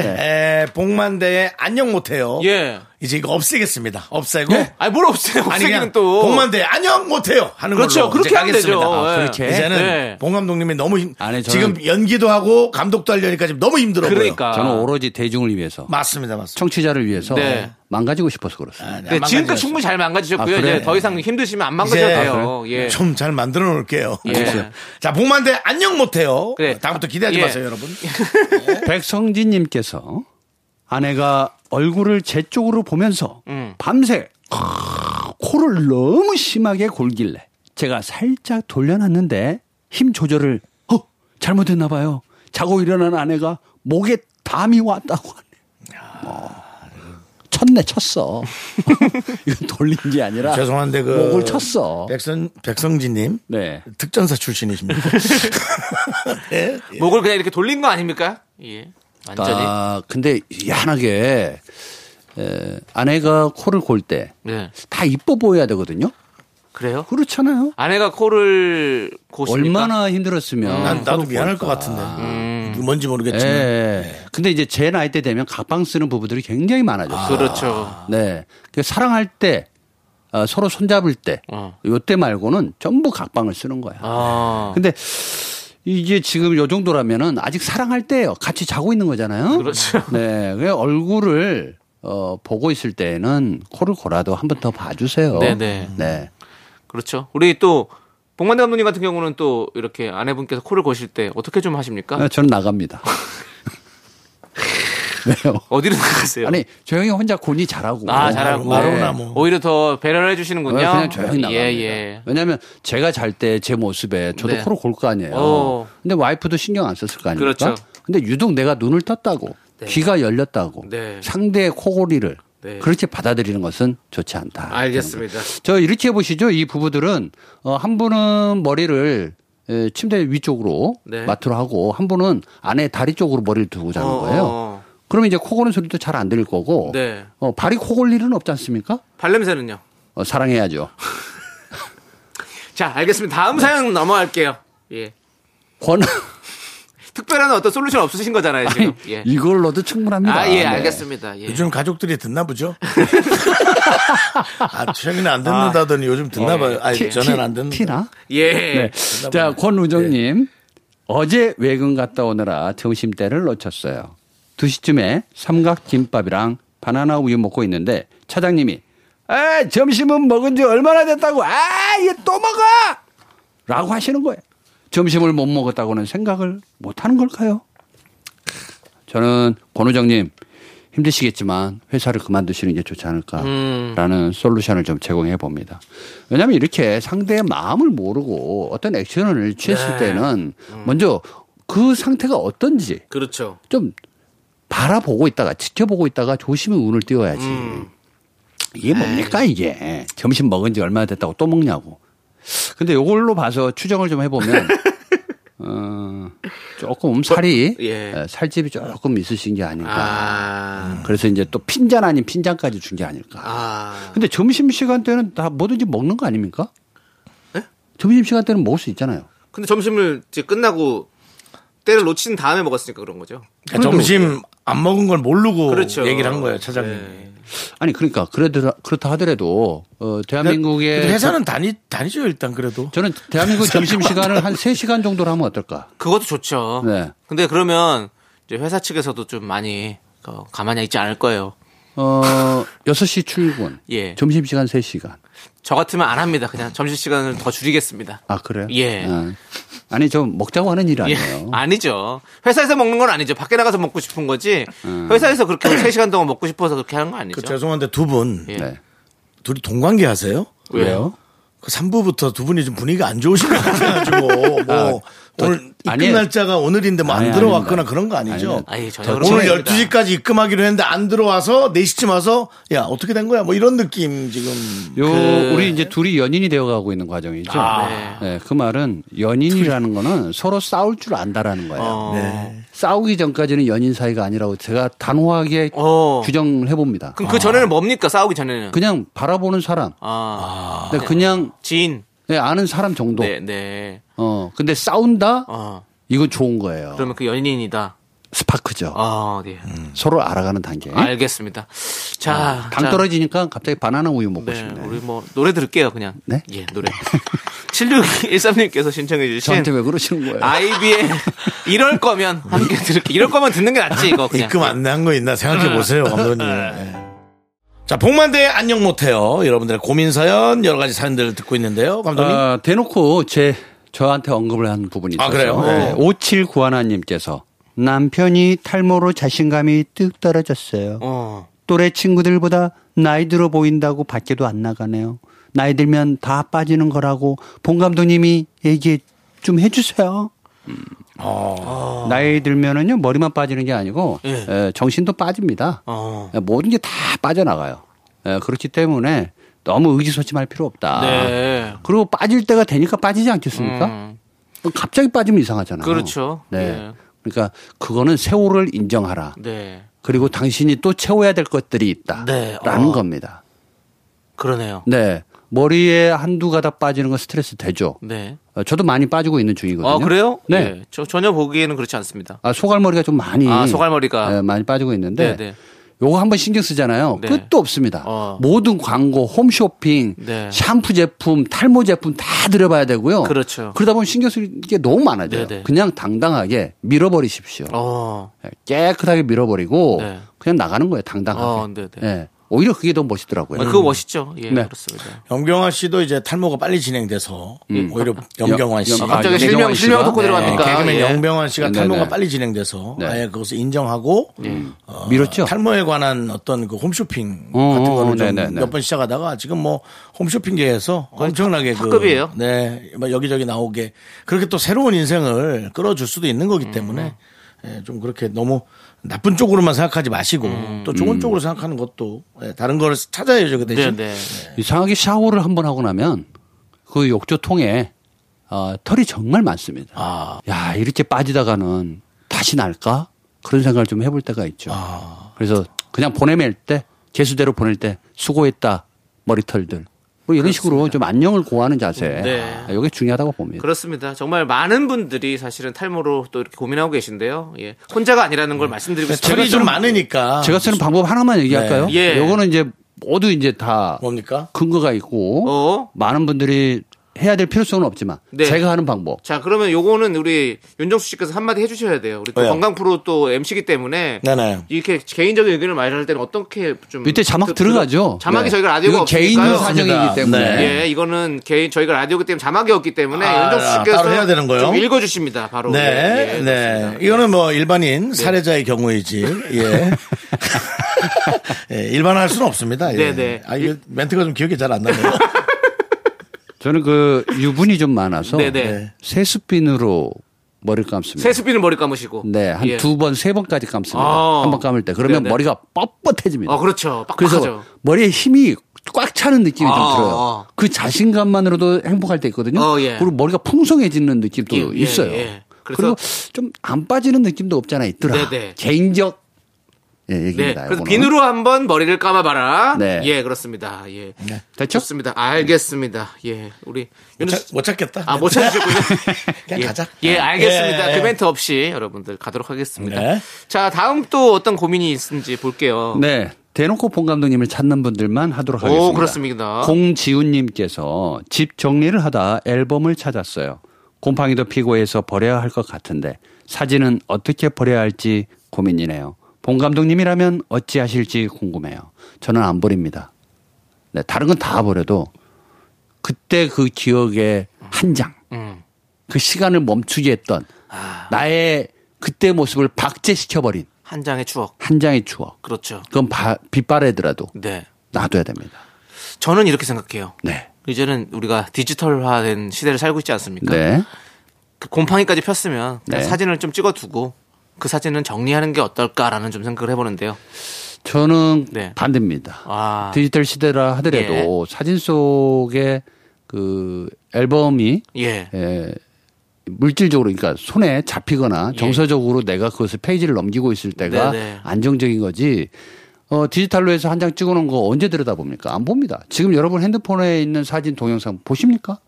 Speaker 1: 에, 복만대의 안녕 못해요.
Speaker 2: 예.
Speaker 1: 이제 이거 없애겠습니다. 없애고.
Speaker 2: 네? 아니 뭘 없애요?
Speaker 1: 네? 아니 그냥
Speaker 2: 없애기는 또.
Speaker 1: 공만 돼 안녕 못해요 하는
Speaker 2: 그렇죠.
Speaker 1: 걸로
Speaker 2: 그렇게
Speaker 1: 이제
Speaker 2: 하면 되죠.
Speaker 1: 가겠습니다.
Speaker 2: 예.
Speaker 7: 그렇게?
Speaker 1: 이제는
Speaker 2: 네.
Speaker 1: 봉 감독님이 너무 힘,
Speaker 7: 아니, 저는-
Speaker 1: 지금 연기도 하고 감독도 하려니까 지금 너무 힘들어 보여요.
Speaker 2: 그러니까.
Speaker 7: 저는 오로지 대중을 위해서
Speaker 1: 맞습니다, 맞습니다.
Speaker 7: 청취자를 위해서
Speaker 2: 네.
Speaker 7: 망가지고 싶어서 그렇습니다.
Speaker 1: 아니, 안
Speaker 2: 네, 지금까지
Speaker 1: 망가지겠어요.
Speaker 2: 충분히 잘 망가지셨고요.
Speaker 7: 아, 그래?
Speaker 2: 이제 더 이상 힘드시면 안 망가져도
Speaker 1: 이제
Speaker 2: 돼요. 예.
Speaker 1: 좀 잘 만들어 놓을게요.
Speaker 2: 예.
Speaker 1: 그렇죠. 자, 봉만 돼 안녕 못해요.
Speaker 2: 그래.
Speaker 1: 다음부터 기대하지
Speaker 2: 예.
Speaker 1: 마세요, 여러분. 네?
Speaker 7: 백성진님께서 아내가 얼굴을 제 쪽으로 보면서
Speaker 1: 음.
Speaker 7: 밤새 코를 너무 심하게 골길래 제가 살짝 돌려놨는데 힘 조절을 어 잘못했나 봐요. 자고 일어난 아내가 목에 담이 왔다고 하네. 어, 쳤네 쳤어. (laughs) 이건 돌린 게 아니라
Speaker 1: 죄송한데 그
Speaker 7: 목을 쳤어.
Speaker 1: 백선 백성진님
Speaker 7: 네. 음,
Speaker 1: 특전사 출신이십니다. 네.
Speaker 2: 목을 그냥 이렇게 돌린 거 아닙니까? 예. 완전히.
Speaker 7: 아 근데 희한하게 에, 아내가 코를 골 때 다
Speaker 2: 네.
Speaker 7: 이뻐 보여야 되거든요.
Speaker 2: 그래요?
Speaker 7: 그렇잖아요.
Speaker 2: 아내가 코를 고십니까? 아,
Speaker 7: 얼마나 힘들었으면.
Speaker 1: 난 나도
Speaker 7: 서로
Speaker 1: 미안할 것
Speaker 7: 볼까.
Speaker 1: 같은데
Speaker 2: 음.
Speaker 1: 음. 뭔지
Speaker 2: 그렇죠.
Speaker 1: 모르겠지만
Speaker 2: 네.
Speaker 7: 예. 근데 이제 제 나이 때 되면 각방 쓰는 부부들이 굉장히 많아졌어요.
Speaker 2: 그렇죠.
Speaker 7: 네. 그 사랑할 때 어, 서로 손잡을 때
Speaker 2: 어.
Speaker 7: 요때 말고는 전부 각방을 쓰는 거야.
Speaker 2: 아.
Speaker 7: 근데 이게 지금 요 정도라면은 아직 사랑할 때예요. 같이 자고 있는 거잖아요.
Speaker 2: 그렇죠.
Speaker 7: (laughs) 네. 그 얼굴을 어, 보고 있을 때는 코를 골아도 한 번 더 봐주세요.
Speaker 2: 네네.
Speaker 7: 네.
Speaker 2: 그렇죠. 우리 또 복만대 감독님 같은 경우는 또 이렇게 아내분께서 코를 거실 때 어떻게 좀 하십니까?
Speaker 7: 아, 저는
Speaker 2: (laughs)
Speaker 7: 나갑니다. 왜요?
Speaker 2: 어디로 (laughs) 나가세요?
Speaker 7: 아니 조용히 혼자 곤이 잘하고 네,
Speaker 2: 아, 잘하고.
Speaker 1: 마로나 뭐.
Speaker 2: 오히려 더 배려를 해주시는군요.
Speaker 7: 어, 그냥 조용히 나가.
Speaker 2: 예, 예.
Speaker 7: 왜냐하면 네. 제가 잘 때 제 모습에 저도
Speaker 2: 네.
Speaker 7: 코로 골 거 아니에요.
Speaker 2: 어.
Speaker 7: 근데 와이프도 신경 안 썼을 거 아닙니까?
Speaker 2: 그렇죠.
Speaker 7: 근데 유독 내가 눈을 떴다고 귀가 열렸다고
Speaker 2: 네.
Speaker 7: 상대의 코골이를
Speaker 2: 네.
Speaker 7: 그렇게 받아들이는 것은 좋지 않다.
Speaker 2: 알겠습니다.
Speaker 7: 저 이렇게 해보시죠. 이 부부들은 어, 한 분은 머리를 에, 침대 위쪽으로
Speaker 2: 네.
Speaker 7: 마트로 하고 한 분은 안에 다리 쪽으로 머리를 두고 자는
Speaker 2: 어,
Speaker 7: 거예요.
Speaker 2: 어.
Speaker 7: 그러면 이제 코 고는 소리도 잘 안 들릴 거고
Speaker 2: 네.
Speaker 7: 어, 발이 코 골 일은 없지 않습니까?
Speaker 2: 발냄새는요? (laughs)
Speaker 7: 어, 사랑해야죠.
Speaker 2: 자, 알겠습니다.
Speaker 7: 네.
Speaker 2: 다음 사연 넘어갈게요. 예.
Speaker 7: 권
Speaker 2: 특별한 어떤 솔루션 없으신 거잖아요, 지금. 예.
Speaker 7: 이걸로도 충분합니다.
Speaker 2: 아, 예,
Speaker 7: 네.
Speaker 2: 알겠습니다. 예.
Speaker 1: 요즘 가족들이 듣나
Speaker 7: (laughs)
Speaker 1: 보죠? 아, 최근에 안 듣는다더니 요즘 듣나 봐요. 아니,
Speaker 7: 티-
Speaker 1: 전엔
Speaker 7: 티-
Speaker 1: 안 듣는.
Speaker 7: 티나?
Speaker 2: 예.
Speaker 7: 네. 자, 권우정님. 어제 외근 갔다 오느라 점심 때를 놓쳤어요. 2시쯤에 삼각김밥이랑 바나나 우유 먹고 있는데 차장님이 아, 점심은 먹은 지 얼마나 됐다고. 아, 얘 또 먹어! 라고 하시는 거예요. 점심을 못 먹었다고는 생각을 못 하는 걸까요? 저는 권우정님 힘드시겠지만 회사를 그만두시는 게 좋지 않을까라는 솔루션을 좀 제공해 봅니다. 왜냐하면 이렇게 상대의 마음을 모르고 어떤 액션을 취했을
Speaker 2: 네.
Speaker 7: 때는 먼저 그 상태가 어떤지
Speaker 2: 그렇죠.
Speaker 7: 좀 바라보고 있다가 지켜보고 있다가 조심히 운을 띄워야지.
Speaker 1: 음.
Speaker 7: 이게 뭡니까
Speaker 1: 네.
Speaker 7: 이게 점심 먹은 지 얼마나 됐다고 또 먹냐고. 근데 요걸로 봐서 추정을 좀
Speaker 1: (laughs)
Speaker 7: 해보면 어, 조금 살이
Speaker 1: 뭐,
Speaker 2: 예.
Speaker 7: 어, 살집이 조금 있으신 게 아닐까.
Speaker 2: 아.
Speaker 7: 그래서 이제 또 핀잔 아닌 핀잔까지 준 게 아닐까.
Speaker 2: 아.
Speaker 7: 근데 점심 시간 때는 다 뭐든지 먹는 거 아닙니까?
Speaker 1: 네?
Speaker 7: 점심 시간 때는 먹을 수 있잖아요.
Speaker 2: 근데 점심을 이제 끝나고 때를 놓친 다음에 먹었으니까 그런 거죠.
Speaker 1: 그러니까 점심 안 먹은 걸 모르고
Speaker 2: 그렇죠.
Speaker 1: 얘기를 한 거예요, 차장님.
Speaker 2: 네.
Speaker 7: 아니 그러니까 그래도 그렇다 하더라도 어, 대한민국의
Speaker 1: 네. 근데 회사는 다니, 다니죠, 일단 그래도.
Speaker 7: 저는 대한민국 점심 시간을 한 3시간 정도로 하면 어떨까?
Speaker 2: 그것도 좋죠.
Speaker 7: 네.
Speaker 2: 근데 그러면 이제 회사 측에서도 좀 많이 어, 가만히 있지 않을 거예요.
Speaker 7: 어, 6시 출근.
Speaker 2: 예.
Speaker 7: 점심 시간 3시간.
Speaker 2: 저 같으면 안 합니다. 그냥 점심 시간을 더 줄이겠습니다.
Speaker 7: 아, 그래요?
Speaker 2: 예.
Speaker 7: 어. 아니, 좀 먹자고 하는 일
Speaker 2: 예,
Speaker 7: 아니에요.
Speaker 2: (laughs) 아니죠. 회사에서 먹는 건 아니죠. 밖에 나가서 먹고 싶은 거지.
Speaker 7: 음.
Speaker 2: 회사에서 그렇게 3시간 동안 먹고 싶어서 그렇게 하는 거 아니죠.
Speaker 1: 그 죄송한데 두 분,
Speaker 2: 예.
Speaker 7: 네.
Speaker 1: 둘이 동관계 하세요?
Speaker 2: 왜요?
Speaker 1: 그 3부부터 두 분이 좀 분위기가 안 좋으신 것 (laughs) 같아가지고, 뭐, 오늘 입금
Speaker 7: 아니에요.
Speaker 1: 날짜가 오늘인데 뭐 안
Speaker 7: 아니,
Speaker 1: 들어왔거나
Speaker 7: 아닙니다.
Speaker 1: 그런 거 아니죠?
Speaker 7: 아닙니다.
Speaker 2: 예. 아니, 전혀 그런 거
Speaker 1: 오늘
Speaker 2: 아닙니다.
Speaker 1: 12시까지 입금하기로 했는데 안 들어와서 4시쯤 와서 야, 어떻게 된 거야? 뭐 이런 느낌 지금
Speaker 7: 요,
Speaker 2: 그
Speaker 7: 우리 이제 둘이 연인이 되어가고 있는 과정이죠.
Speaker 2: 아.
Speaker 7: 네. 그 말은 연인이라는 거는 서로 싸울 줄 안다라는 거예요.
Speaker 2: 어.
Speaker 7: 싸우기 전까지는 연인 사이가 아니라고 제가 단호하게
Speaker 2: 어.
Speaker 7: 규정을 해봅니다.
Speaker 2: 그럼 그 전에는 뭡니까? 싸우기 전에는.
Speaker 7: 아. 그냥 바라보는 사람.
Speaker 2: 아,
Speaker 7: 근데 그냥
Speaker 2: 지인.
Speaker 7: 네, 아는 사람 정도.
Speaker 2: 네, 네.
Speaker 7: 어, 근데 싸운다?
Speaker 2: 어.
Speaker 7: 이건 좋은 거예요.
Speaker 2: 그러면 그 연인이다.
Speaker 7: 스파크죠.
Speaker 2: 아, 네.
Speaker 7: 서로 알아가는 단계.
Speaker 2: 알겠습니다. 자,
Speaker 7: 당
Speaker 2: 자,
Speaker 7: 아, 떨어지니까 갑자기 바나나 우유 먹고
Speaker 2: 네,
Speaker 7: 싶네.
Speaker 2: 우리 뭐 노래 들을게요, 그냥.
Speaker 7: 네?
Speaker 2: 예, 노래. (laughs) 7613님께서 신청해 주신
Speaker 7: 저한테 왜 그러시는 거예요?
Speaker 2: 아이비의 이럴 거면 함께 들을게. 이럴 거면 듣는 게 낫지,
Speaker 7: 아,
Speaker 2: 이거
Speaker 7: 예,
Speaker 2: 그냥.
Speaker 1: 입금 안 난 거 있나 생각해 보세요, 감독님. 예. 자, 복만대 안녕 못해요. 여러분들의 고민 사연 여러 가지 사연들을 듣고 있는데요, 감독님.
Speaker 7: 아, 대놓고 제 저한테 언급을 한 부분이 있어요.
Speaker 1: 아, 그래요? 네.
Speaker 7: 5791님께서 남편이 탈모로 자신감이 뚝 떨어졌어요.
Speaker 2: 어.
Speaker 7: 또래 친구들보다 나이 들어 보인다고 밖에도 안 나가네요. 나이 들면 다 빠지는 거라고 봉 감독님이 얘기 좀 해주세요.
Speaker 2: 어.
Speaker 7: 나이 들면은요 머리만 빠지는 게 아니고 에, 정신도 빠집니다.
Speaker 2: 예. 어.
Speaker 7: 에, 모든 게 다 빠져나가요. 에, 그렇지 때문에 너무 의기소침할 필요 없다.
Speaker 2: 네. 음.
Speaker 7: 그리고 빠질 때가 되니까 빠지지 않겠습니까? 갑자기 빠지면 이상하잖아요.
Speaker 2: 그렇죠.
Speaker 7: 네.
Speaker 2: 예.
Speaker 7: 그러니까 그거는 세월을 인정하라.
Speaker 2: 네.
Speaker 7: 그리고 당신이 또 채워야 될 것들이 있다.
Speaker 2: 네.
Speaker 7: 라는
Speaker 2: 어.
Speaker 7: 겁니다.
Speaker 2: 그러네요.
Speaker 7: 네. 머리에 한두 가닥 빠지는 건 스트레스 되죠.
Speaker 2: 네.
Speaker 7: 어, 저도 많이 빠지고 있는 중이거든요.
Speaker 2: 아, 그래요?
Speaker 7: 네.
Speaker 2: 예, 저 전혀 보기에는 그렇지 않습니다.
Speaker 7: 아, 소갈머리가 좀 많이.
Speaker 2: 아, 소갈머리가.
Speaker 7: 예, 많이 빠지고 있는데.
Speaker 2: 네, 네.
Speaker 7: 요거 한번 신경 쓰잖아요.
Speaker 2: 네.
Speaker 7: 끝도 없습니다.
Speaker 2: 어.
Speaker 7: 모든 광고, 홈쇼핑,
Speaker 2: 네.
Speaker 7: 샴푸 제품, 탈모 제품 다 들어봐야 되고요.
Speaker 2: 그렇죠.
Speaker 7: 그러다 보면 신경 쓸 게 너무 많아져요.
Speaker 2: 네, 네.
Speaker 7: 그냥 당당하게 밀어버리십시오.
Speaker 2: 어.
Speaker 7: 예, 깨끗하게 밀어버리고
Speaker 2: 네.
Speaker 7: 그냥 나가는 거예요. 당당하게.
Speaker 2: 어, 네, 네.
Speaker 7: 예. 오히려 그게 더 멋있더라고요.
Speaker 1: 아,
Speaker 2: 그거 멋있죠. 예,
Speaker 7: 네.
Speaker 2: 그렇습니다.
Speaker 1: 염경화 씨도 이제 탈모가 빨리 진행돼서 오히려 염경화 씨.
Speaker 7: 염- 염- 아,
Speaker 2: 갑자기 실명,
Speaker 7: 영경환
Speaker 2: 실명
Speaker 7: 씨가?
Speaker 2: 돋고
Speaker 7: 네.
Speaker 2: 들어가니까.
Speaker 1: 개그맨
Speaker 2: 예.
Speaker 1: 영병환 씨가
Speaker 7: 네,
Speaker 1: 탈모가
Speaker 7: 네.
Speaker 1: 빨리 진행돼서
Speaker 7: 네.
Speaker 1: 아예 그것을 인정하고 어,
Speaker 7: 예. 밀었죠?
Speaker 1: 탈모에 관한 어떤 그 홈쇼핑
Speaker 7: 어,
Speaker 1: 같은
Speaker 7: 어,
Speaker 1: 거를
Speaker 7: 네, 네, 네.
Speaker 1: 몇 번 시작하다가 지금 뭐 홈쇼핑계에서 엄청나게 그-
Speaker 2: 탑급이에요.
Speaker 1: 네, 막 여기저기 나오게 그렇게 또 새로운 인생을 끌어줄 수도 있는 거기 때문에 예, 좀 그렇게 너무 나쁜 쪽으로만 생각하지 마시고 또 좋은 쪽으로 생각하는 것도 예, 다른 거를 찾아야죠 그
Speaker 2: 네,
Speaker 1: 대신
Speaker 2: 네.
Speaker 7: 이상하게 샤워를 한 번 하고 나면 그 욕조통에 어, 털이 정말 많습니다.
Speaker 2: 아.
Speaker 7: 야 이렇게 빠지다가는 다시 날까 그런 생각을 좀 해볼 때가 있죠.
Speaker 2: 아.
Speaker 7: 그래서 그냥 보내밀 때 개수대로 보낼 때 수고했다 머리털들 뭐 이런 식으로 좀 안녕을 고하는 자세
Speaker 2: 네.
Speaker 7: 아, 이게 중요하다고 봅니다.
Speaker 2: 그렇습니다. 정말 많은 분들이 사실은 탈모로 또 이렇게 고민하고 계신데요. 예. 혼자가 아니라는
Speaker 7: 네.
Speaker 2: 걸 말씀드리고 싶어요.
Speaker 1: 네, 철이 좀 많으니까
Speaker 7: 제가 쓰는 방법 하나만 얘기할까요?
Speaker 2: 네. 예. 뭐.
Speaker 7: 요거는 이제 모두 이제 다
Speaker 1: 뭡니까?
Speaker 7: 근거가 있고
Speaker 2: 어?
Speaker 7: 많은 분들이 해야 될 필요성은 없지만
Speaker 2: 네.
Speaker 7: 제가 하는 방법
Speaker 2: 자, 그러면 요거는 우리 윤정수 씨께서 한마디 해주셔야 돼요. 우리 또
Speaker 1: 왜요?
Speaker 2: 건강 프로 또 MC기 때문에
Speaker 1: 네네.
Speaker 2: 이렇게 개인적인 의견을 말할 때는 어떻게 좀
Speaker 7: 밑에 자막
Speaker 2: 그-
Speaker 7: 들어가죠.
Speaker 2: 자막이
Speaker 7: 네.
Speaker 2: 저희가 라디오가
Speaker 7: 이건 개인
Speaker 2: 없으니까요.
Speaker 7: 사정이기
Speaker 1: 맞습니다.
Speaker 7: 때문에
Speaker 1: 네.
Speaker 2: 예, 이거는 개인 저희가 라디오기 때문에 자막이 없기 때문에
Speaker 1: 아,
Speaker 2: 윤정수
Speaker 1: 아,
Speaker 2: 씨께서
Speaker 1: 따로 해야 되는 거예요?
Speaker 2: 좀 읽어주십니다. 바로
Speaker 1: 네,
Speaker 2: 예, 네.
Speaker 1: 네.
Speaker 2: 그렇습니다.
Speaker 1: 이거는 뭐 일반인 사례자의 경우이지.
Speaker 2: (laughs)
Speaker 1: 예. 예, 일반화할 수는 없습니다. 예.
Speaker 2: 네, 네.
Speaker 1: 아, 이게 멘트가 좀 기억이 잘 안 나네요.
Speaker 7: 저는 그 유분이 좀 많아서
Speaker 2: 네, 네.
Speaker 7: 세수빈으로 머리를 감습니다.
Speaker 2: 세수빈은 머리 감으시고
Speaker 7: 네, 한
Speaker 2: 예.
Speaker 7: 두 번 세 번까지 감습니다.
Speaker 2: 아.
Speaker 7: 한 번 감을 때 그러면
Speaker 2: 네, 네.
Speaker 7: 머리가 뻣뻣해집니다.
Speaker 2: 아, 그렇죠.
Speaker 7: 그래서
Speaker 2: 빡빡하죠.
Speaker 7: 머리에 힘이 꽉 차는 느낌이
Speaker 2: 아,
Speaker 7: 좀 들어요.
Speaker 2: 아.
Speaker 7: 그 자신감만으로도 행복할 때 있거든요.
Speaker 2: 어, 예.
Speaker 7: 그리고 머리가 풍성해지는 느낌도
Speaker 2: 예, 예,
Speaker 7: 있어요.
Speaker 2: 예.
Speaker 7: 그리고
Speaker 2: 그래서-
Speaker 7: 좀 안 빠지는 느낌도 없잖아 있더라.
Speaker 2: 네, 네.
Speaker 7: 개인적 예,
Speaker 2: 네.
Speaker 7: 얘기입니다.
Speaker 2: 그래서
Speaker 7: 요거는.
Speaker 2: 비누로 한번 머리를 감아봐라.
Speaker 7: 네.
Speaker 2: 예, 그렇습니다. 예.
Speaker 7: 됐죠?
Speaker 2: 좋습니다. 알겠습니다. 예. 우리
Speaker 1: 못,
Speaker 2: (laughs) 윤정수
Speaker 1: 찾, 못 찾겠다.
Speaker 2: 아, 못 찾으셨군요.
Speaker 1: 그냥
Speaker 2: 예.
Speaker 1: 가자.
Speaker 2: 예, 알겠습니다.
Speaker 1: 예, 예.
Speaker 2: 그 멘트 없이 여러분들 가도록 하겠습니다.
Speaker 1: 네.
Speaker 2: 자, 다음 또 어떤 고민이 있는지 볼게요.
Speaker 7: 네. 대놓고 봉 감독님을 찾는 분들만 하도록
Speaker 2: 어. 오,
Speaker 7: 하겠습니다.
Speaker 2: 그렇습니다.
Speaker 7: 공지훈님께서 집 정리를 하다 앨범을 찾았어요. 곰팡이도 피고 해서 버려야 할 것 같은데 사진은 어떻게 버려야 할지 고민이네요. 봉 감독님이라면 어찌 하실지 궁금해요. 저는 안 버립니다. 네, 다른 건 다 버려도 그때 그 기억의 한 장,
Speaker 2: 음.
Speaker 7: 그 시간을 멈추게 했던
Speaker 2: 아.
Speaker 7: 나의 그때 모습을 박제시켜버린
Speaker 2: 한 장의 추억.
Speaker 7: 한 장의 추억.
Speaker 2: 그렇죠.
Speaker 7: 그건 바, 빗바래더라도
Speaker 2: 네.
Speaker 7: 놔둬야 됩니다.
Speaker 2: 저는 이렇게 생각해요.
Speaker 7: 네.
Speaker 2: 이제는 우리가 디지털화된 시대를 살고 있지 않습니까?
Speaker 7: 네.
Speaker 2: 그 곰팡이까지 폈으면 그냥
Speaker 7: 네.
Speaker 2: 사진을 좀 찍어두고 그 사진은 정리하는 게 어떨까라는 좀 생각을 해보는데요.
Speaker 7: 저는
Speaker 2: 네.
Speaker 7: 반대입니다.
Speaker 2: 아. 네.
Speaker 7: 디지털 시대라 하더라도 사진 속에 그 앨범이
Speaker 2: 예.
Speaker 7: 에, 물질적으로 그러니까 손에 잡히거나 정서적으로 내가 그것을 페이지를 넘기고 있을 때가
Speaker 2: 예. 네네.
Speaker 7: 안정적인 거지. 어, 디지털로 해서 한 장 찍어놓은 거 언제 들여다봅니까? 안 봅니다. 지금 여러분 핸드폰에 있는 사진 동영상 보십니까?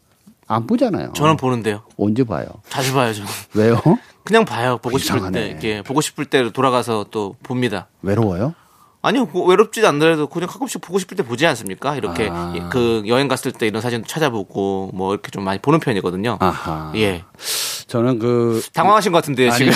Speaker 7: 안 보잖아요.
Speaker 2: 저는 보는데요.
Speaker 7: 언제 봐요?
Speaker 2: 자주 봐요, 저는.
Speaker 7: 왜요? (laughs)
Speaker 2: 그냥 봐요. 보고 싶을
Speaker 7: 이상하네.
Speaker 2: 때 이렇게 보고 싶을 때 돌아가서 또 봅니다.
Speaker 7: 외로워요?
Speaker 2: 아니요 뭐 외롭지 않더라도 그냥 가끔씩 보고 싶을 때 보지 않습니까? 이렇게
Speaker 7: 아.
Speaker 2: 예, 그 여행 갔을 때 이런 사진 찾아보고 뭐 이렇게 좀 많이 보는 편이거든요.
Speaker 7: 아하.
Speaker 2: 예
Speaker 7: 저는 그
Speaker 2: 당황하신 것 같은데요 지금.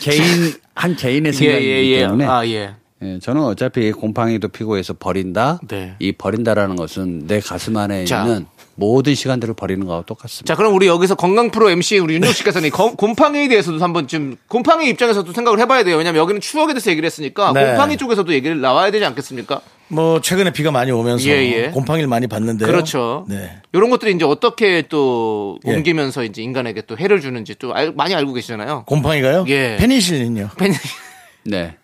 Speaker 7: 개인 한 개인의 (laughs) 생각이기
Speaker 2: 뭐. 예예예.
Speaker 7: 때문에
Speaker 2: 아 예.
Speaker 7: 예, 저는 어차피 곰팡이도 피고 해서 버린다.
Speaker 2: 네.
Speaker 7: 이 버린다라는 것은 내 가슴 안에
Speaker 2: 자.
Speaker 7: 있는 모든 시간들을 버리는 거와 똑같습니다.
Speaker 2: 자 그럼 우리 여기서 건강 프로 MC 우리 윤종 씨께서는 이 곰- 곰팡이에 대해서도 한번 좀 곰팡이 입장에서도 생각을 해봐야 돼요. 왜냐면 여기는 추억에 대해서 얘기를 했으니까
Speaker 1: 네.
Speaker 2: 곰팡이 쪽에서도 얘기를 나와야 되지 않겠습니까?
Speaker 1: 뭐 최근에 비가 많이 오면서
Speaker 2: 예, 예.
Speaker 1: 곰팡이를 많이 봤는데
Speaker 2: 그렇죠.
Speaker 1: 네.
Speaker 2: 이런 것들이 이제 어떻게 또
Speaker 1: 예.
Speaker 2: 옮기면서 이제 인간에게 또 해를 주는지 또 알- 많이 알고 계시잖아요.
Speaker 1: 곰팡이가요?
Speaker 2: 예.
Speaker 1: 페니실린요.
Speaker 2: 팬-
Speaker 7: 네.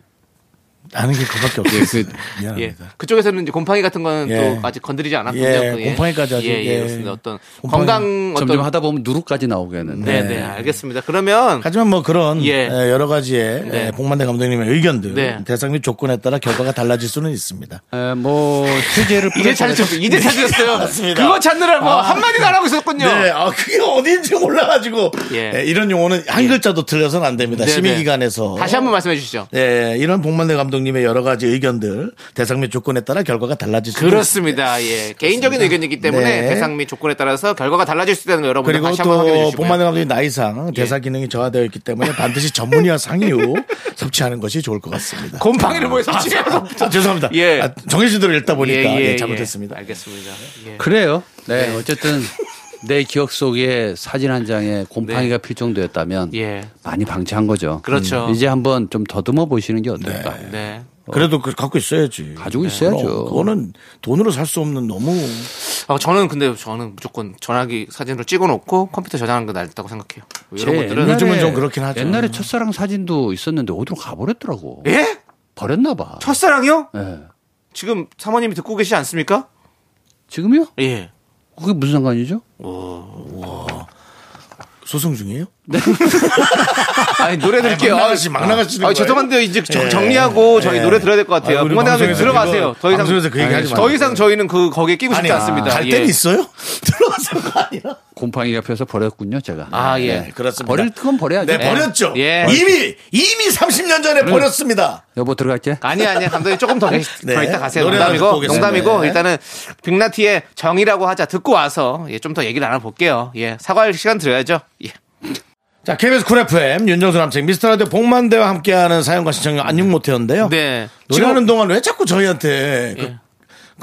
Speaker 1: 아는 게 그밖에 없어요.
Speaker 2: 예.
Speaker 1: 미안합니다.
Speaker 2: 그쪽에서는 이제 곰팡이 같은 거는
Speaker 1: 예.
Speaker 2: 또 아직 건드리지 않았군요.
Speaker 1: 예,
Speaker 2: 그,
Speaker 1: 곰팡이까지 아직,
Speaker 2: 예, 예.
Speaker 1: 예.
Speaker 2: 그렇습니다. 어떤
Speaker 1: 곰팡이.
Speaker 2: 건강 어떤
Speaker 7: 점점 하다 보면 누룩까지 나오겠는데.
Speaker 2: 네, 네, 알겠습니다. 그러면
Speaker 1: 하지만 뭐 그런
Speaker 2: 예.
Speaker 1: 에, 여러 가지의
Speaker 2: 네.
Speaker 1: 에, 복만대 감독님의 의견들
Speaker 2: 네.
Speaker 1: 대상 및 조건에 따라 결과가 달라질 수는 있습니다.
Speaker 7: 에, 뭐 취재를
Speaker 2: 이제
Speaker 7: 뿌려서-
Speaker 2: 찾으셨어요. 이제 찾으셨어요.
Speaker 1: 맞습니다.
Speaker 2: 그거 찾느라고
Speaker 1: 네. 아.
Speaker 2: 한마디도 안 하고 있었군요.
Speaker 1: 네, 아 그게 어딘지 몰라가지고
Speaker 2: 예.
Speaker 1: 에, 이런 용어는 한 글자도 틀려서는 안 됩니다.
Speaker 2: 네,
Speaker 1: 심의기관에서
Speaker 2: 다시 한번 말씀해 주시죠.
Speaker 1: 예, 이런 복만대 감독님의 여러 가지 의견들 대상 및 조건에 따라 결과가 달라질 수는
Speaker 2: 그렇습니다. 예. 개인적인 의견이기 때문에
Speaker 1: 네.
Speaker 2: 대상 및 조건에 따라서 결과가 달라질 수 있다는 거 여러분들
Speaker 1: 그리고
Speaker 2: 다시 한번 확인해
Speaker 1: 또
Speaker 2: 주시고요. 예.
Speaker 1: 본만의 감독의 나이상 대사 기능이 저하되어 있기 때문에 반드시 전문의와 상의후
Speaker 2: (laughs)
Speaker 1: 섭취하는 것이 좋을 것 같습니다.
Speaker 2: 곰팡이를 모여서 치면서
Speaker 1: 아, 죄송합니다.
Speaker 2: 예.
Speaker 1: 아, 정해진 대로 읽다 보니까 예, 잘못했습니다.
Speaker 2: 알겠습니다. 예.
Speaker 7: 그래요. 네, 어쨌든 내 기억 속에 사진 한 장에 곰팡이가 필 정도였다면
Speaker 2: 네. 예.
Speaker 7: 많이 방치한 거죠.
Speaker 2: 그렇죠.
Speaker 7: 음, 이제 한번 좀 더듬어 보시는 게 어떨까.
Speaker 2: 네.
Speaker 1: 그래도 그 갖고 있어야지.
Speaker 7: 가지고 있어야죠.
Speaker 1: 그럼 그거는 돈으로 살 수 없는 너무
Speaker 2: 아, 저는 근데 저는 무조건 전화기 사진으로 찍어놓고 컴퓨터 저장하는 게 낫다고 생각해요.
Speaker 7: 제
Speaker 2: 이런 것들은
Speaker 7: 옛날에-
Speaker 1: 뭐 요즘은 좀 그렇긴 하죠.
Speaker 7: 옛날에 첫사랑 사진도 있었는데 어디로 가버렸더라고.
Speaker 2: 예?
Speaker 7: 버렸나 봐.
Speaker 2: 첫사랑이요?
Speaker 7: 예.
Speaker 2: 지금 사모님이 듣고 계시지 않습니까?
Speaker 7: 지금요?
Speaker 2: 예.
Speaker 7: 그게 무슨 상관이죠?
Speaker 1: 소송 중이에요.
Speaker 2: 아니 노래 들을게요.
Speaker 1: 막 나가시- 막 나가시는
Speaker 2: 예, 아,
Speaker 1: 거예요?
Speaker 2: 죄송한데요. 이제 저-
Speaker 1: 예.
Speaker 2: 정리하고 저희
Speaker 1: 예.
Speaker 2: 노래 들어야 될 것 같아요.
Speaker 1: 아, 우리
Speaker 2: 공간에 가면
Speaker 1: 방송에서
Speaker 2: 들어가세요.
Speaker 1: 그거-
Speaker 2: 더 이상
Speaker 1: 방송에서 그 얘기 하지
Speaker 2: 더
Speaker 1: 마요.
Speaker 2: 이상 저희는 그 거기에 끼고 싶지
Speaker 1: 아니,
Speaker 2: 않습니다.
Speaker 1: 갈
Speaker 2: 예.
Speaker 1: 데는 있어요? (laughs) 들어가서가 아니라.
Speaker 7: 곰팡이가 펴서 버렸군요, 제가.
Speaker 2: 아, 예.
Speaker 7: 네.
Speaker 1: 그렇습니다.
Speaker 7: 버릴 건 버려야죠.
Speaker 1: 네, 버렸죠.
Speaker 2: 예.
Speaker 1: 이미 이미 30년 전에 버렸습니다.
Speaker 7: 여보 들어갈게.
Speaker 2: 아니 아니 감독님
Speaker 1: (laughs)
Speaker 2: 조금 더, 계시,
Speaker 1: 네.
Speaker 2: 더 이따 가세요.
Speaker 1: 노래 하나 듣고
Speaker 2: 농담이고
Speaker 1: 오겠습니다.
Speaker 2: 농담이고
Speaker 1: 네.
Speaker 2: 일단은 빅나티의 정이라고 하자 듣고 와서 예, 좀 더 얘기를 나눠볼게요. 예 사과할 시간 드려야죠. 예.
Speaker 1: 자, KBS 쿨 FM 윤정수 남책 미스터 라디오 복만대와 함께하는 사연과 신청 안녕 못해였는데요. 어,
Speaker 2: 네. 예.
Speaker 1: 노래하는 동안 왜 자꾸 저희한테 그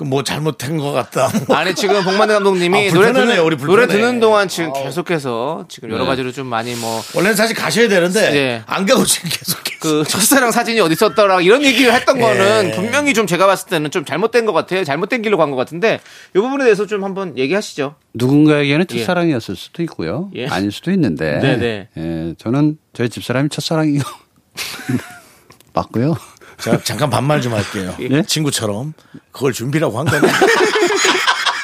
Speaker 1: 뭐 잘못한 것 (laughs) 같다. 뭐.
Speaker 2: 아니 지금 복만대 감독님이
Speaker 1: 아,
Speaker 2: 노래
Speaker 1: 불편하네,
Speaker 2: 듣는
Speaker 1: 우리 불편해. 네.
Speaker 2: 노래 듣는 동안 지금 계속해서 지금 여러 가지로 좀 많이 뭐 그
Speaker 1: 원래는 사실 가셔야 되는데
Speaker 2: 예.
Speaker 1: 안 가고 지금 계속 계속.
Speaker 2: 그 (laughs) 첫사랑 사진이 어디 있었더라 이런 얘기를 했던 거는
Speaker 1: 예.
Speaker 2: 분명히 좀 제가 봤을 때는 좀 잘못된 것 같아요. 잘못된 길로 간 것 같은데 이 부분에 대해서 좀 한번 얘기하시죠.
Speaker 7: 누군가에게는
Speaker 1: 예.
Speaker 7: 첫사랑이었을 수도 있고요.
Speaker 2: 예.
Speaker 7: 아닐 수도 있는데.
Speaker 2: 네네.
Speaker 7: 예, 저는 저희 집사람이 첫사랑이요. (laughs) 맞고요.
Speaker 1: 자, 잠깐 반말 좀 할게요.
Speaker 7: 예?
Speaker 1: 친구처럼 그걸 준비라고 한 거네.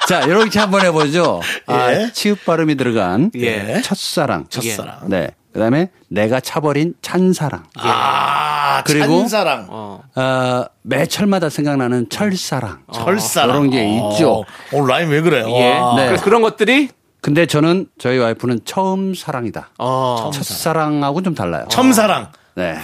Speaker 7: 자, 이렇게 한번 해보죠. 아,
Speaker 1: 예.
Speaker 7: 치읓 발음이 들어간
Speaker 2: 예.
Speaker 7: 첫사랑.
Speaker 1: (laughs) 첫사랑.
Speaker 7: 네. 그 다음에 내가 차버린 찬사랑.
Speaker 1: 예. 아,
Speaker 7: 그리고-
Speaker 1: 찬사랑,
Speaker 2: 어.
Speaker 7: 어, 매철마다 생각나는 철사랑.
Speaker 1: 어, 아, 철사랑
Speaker 7: 이런 게 있죠.
Speaker 1: 어, 오늘 라임 왜 그래요? 아,
Speaker 2: 예.
Speaker 1: 와.
Speaker 7: 네.
Speaker 2: 그래서 그런 것들이
Speaker 7: 근데 저는 저희 와이프는 처음 사랑이다.
Speaker 2: 어.
Speaker 7: 첫사랑하고 좀 달라요.
Speaker 1: 첨사랑 (laughs)
Speaker 7: 네.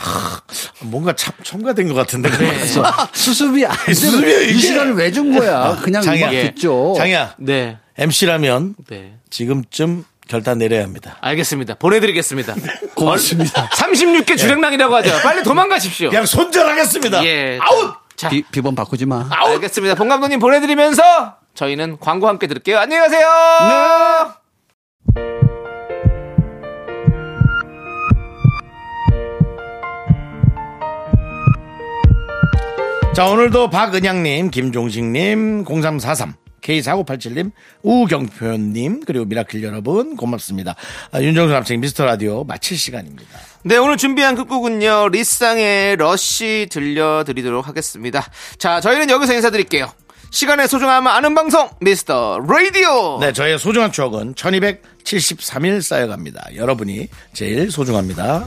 Speaker 1: 뭔가 참 첨가된 것 같은데. (laughs)
Speaker 7: 그래서 수습이 안
Speaker 1: 수습이
Speaker 7: 되면 이
Speaker 1: 이게-
Speaker 7: 시간을 왜 준 거야? 그냥
Speaker 1: 장이야.
Speaker 7: 음악 듣죠.
Speaker 1: 장이야
Speaker 2: 네.
Speaker 1: MC라면
Speaker 2: 네.
Speaker 1: 지금쯤 결단 내려야 합니다. 어?
Speaker 2: 알겠습니다. 보내드리겠습니다. (laughs)
Speaker 7: 고맙습니다.
Speaker 1: 예.
Speaker 2: 36개 주랭랑이라고 하죠. 빨리 도망가십시오.
Speaker 1: 그냥 손절하겠습니다.
Speaker 2: 예.
Speaker 1: 아웃.
Speaker 2: 자,
Speaker 7: 비, 비번 바꾸지 마.
Speaker 2: 알겠습니다. 본 감독님 보내드리면서 저희는 광고 함께 들을게요. 안녕히
Speaker 1: 네.
Speaker 2: 가세요.
Speaker 1: 자, 오늘도 박은양님, 김종식님, 0343, K4987님, 우경표님, 그리고 미라클 여러분, 고맙습니다. 아, 윤정수 남친 미스터 라디오 마칠 시간입니다.
Speaker 2: 네, 오늘 준비한 끝곡은요. 리쌍의 러쉬 들려드리도록 하겠습니다. 자, 저희는 여기서 인사드릴게요. 시간의 소중함 아는 방송 미스터 라디오.
Speaker 1: 네, 저의 소중한 추억은 1273일 쌓여갑니다. 여러분이 제일 소중합니다.